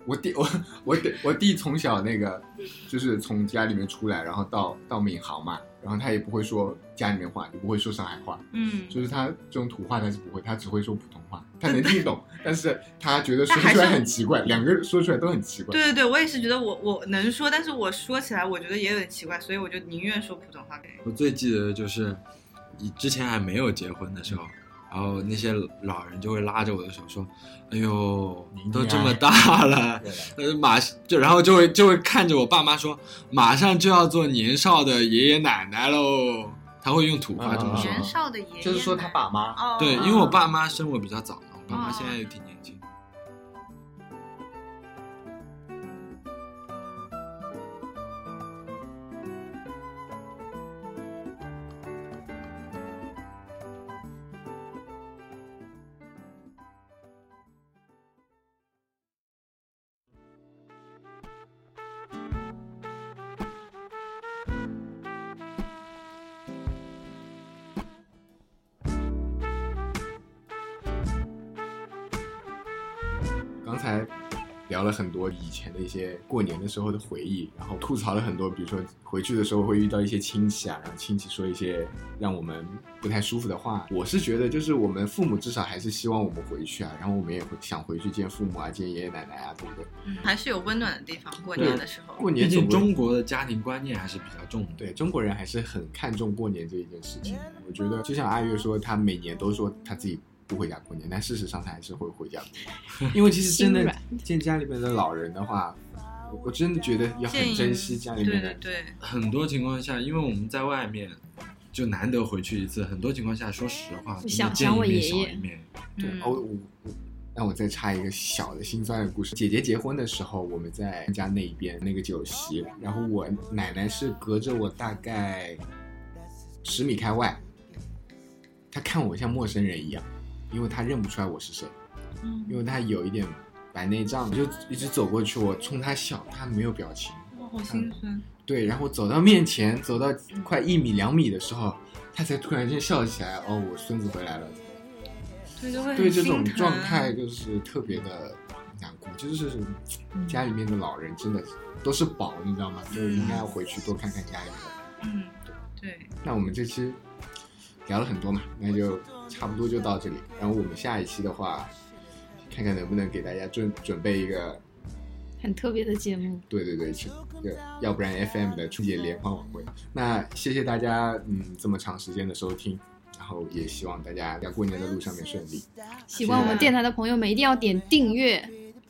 [SPEAKER 1] 我弟我我弟我弟从小那个就是从家里面出来，然后到到闵行嘛，然后他也不会说家里面话，也不会说上海话，
[SPEAKER 2] 嗯，
[SPEAKER 1] 就是他这种土话他是不会，他只会说普通话，他能听 懂，但是他觉得说
[SPEAKER 2] 但还
[SPEAKER 1] 出来
[SPEAKER 2] 是
[SPEAKER 1] 很奇怪，两个人说出来都很奇怪。
[SPEAKER 2] 对对对，我也是觉得我我能说，但是我说起来我觉得也有点奇怪，所以我就宁愿说普通话给。
[SPEAKER 3] 我最记得的就是以之前还没有结婚的时候，然后那些老人就会拉着我的手说：“哎呦
[SPEAKER 1] 你，
[SPEAKER 3] 都
[SPEAKER 1] 呀
[SPEAKER 3] 这么大了，呃，马就然后就会就会看着我爸妈说，马上就要做年少的爷爷奶奶喽。”他会用土话这么说，
[SPEAKER 4] 啊
[SPEAKER 2] 年少的爷爷，
[SPEAKER 1] 啊就是说他爸妈，
[SPEAKER 2] 哦，
[SPEAKER 3] 对，因为我爸妈生我比较早嘛，我爸妈
[SPEAKER 2] 哦
[SPEAKER 3] 现在也挺年轻。
[SPEAKER 1] 刚才聊了很多以前的一些过年的时候的回忆，然后吐槽了很多，比如说回去的时候会遇到一些亲戚啊，然后亲戚说一些让我们不太舒服的话。我是觉得，就是我们父母至少还是希望我们回去啊，然后我们也会想回去见父母啊，见爷爷奶奶啊，对不对？
[SPEAKER 2] 嗯还是有温暖的地方。过年的时候，
[SPEAKER 1] 过
[SPEAKER 3] 毕
[SPEAKER 1] 年总
[SPEAKER 3] 竟
[SPEAKER 1] 归
[SPEAKER 3] 中国的家庭观念还是比较重的。
[SPEAKER 1] 对中国人还是很看重过年这一件事情。我觉
[SPEAKER 4] 嗯
[SPEAKER 1] 得，就像阿月说，她每年都说她自己不回家过年，但事实上她还是会回家过年，因为其实真
[SPEAKER 4] 心
[SPEAKER 1] 的
[SPEAKER 4] 软
[SPEAKER 1] 见家里面的老人的话，我我真的觉得要
[SPEAKER 2] 建
[SPEAKER 1] 很
[SPEAKER 2] 议
[SPEAKER 1] 珍惜家里
[SPEAKER 2] 对
[SPEAKER 1] 面
[SPEAKER 2] 对
[SPEAKER 1] 的。
[SPEAKER 2] 对，
[SPEAKER 3] 很多情况下，因为我们在外面就难得回去一次，很多情况下，说实话，
[SPEAKER 4] 我
[SPEAKER 3] 真
[SPEAKER 4] 想
[SPEAKER 3] 的见
[SPEAKER 4] 想我
[SPEAKER 3] 一面
[SPEAKER 4] 爷
[SPEAKER 3] 少
[SPEAKER 4] 爷
[SPEAKER 3] 一面。
[SPEAKER 1] 对，
[SPEAKER 2] 嗯
[SPEAKER 1] 哦，我我那我再插一个小的心酸的故事。姐姐结婚的时候，我们在家那一边那个酒席，然后我奶奶是隔着我大概十米开外，她看我像陌生人一样，因为她认不出来我是谁。
[SPEAKER 2] 嗯
[SPEAKER 1] 因为他有一点白内障，我就一直走过去，我冲他笑，他没有表情。
[SPEAKER 2] 哇，好心酸。
[SPEAKER 1] 对，然后走到面前，走到快一米两米的时候，他才突然间笑起来。哦，我孙子回来了。
[SPEAKER 2] 对，就会很
[SPEAKER 1] 对这
[SPEAKER 2] 心
[SPEAKER 1] 种
[SPEAKER 2] 疼
[SPEAKER 1] 状态就是特别的难过，就是家里面的老人真的都是宝，你知道吗？就应该要回去多看看家里面。
[SPEAKER 2] 嗯，对，
[SPEAKER 1] 那我们这期聊了很多嘛，那就差不多就到这里。然后我们下一期的话，看看能不能给大家准准备一个
[SPEAKER 4] 很特别的节目，
[SPEAKER 1] 对对对，是，对要不然 FM 的春节联欢晚会。那谢谢大家，嗯，这么长时间的收听，然后也希望大家在过年的路上面顺利。
[SPEAKER 4] 喜欢我们电台的朋友们一定要点订阅。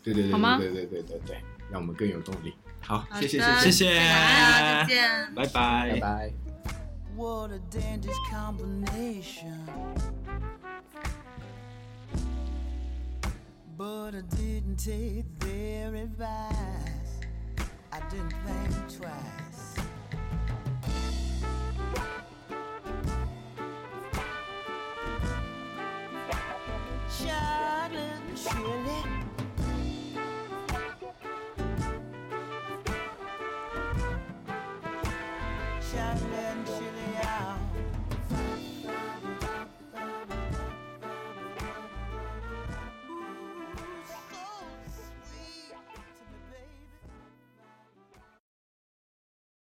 [SPEAKER 1] 对对对
[SPEAKER 4] 好吗
[SPEAKER 1] 对对对对对对，让我们更有动力。好，
[SPEAKER 2] 好
[SPEAKER 1] 谢谢
[SPEAKER 2] 的
[SPEAKER 1] 谢
[SPEAKER 3] 谢，谢
[SPEAKER 2] 大家再见。
[SPEAKER 3] 拜
[SPEAKER 1] 拜拜。
[SPEAKER 6] What a dangerous combination. But I didn't take their advice. I didn't think twice. Charlotte and Shirley. Charlotte and Shirley out.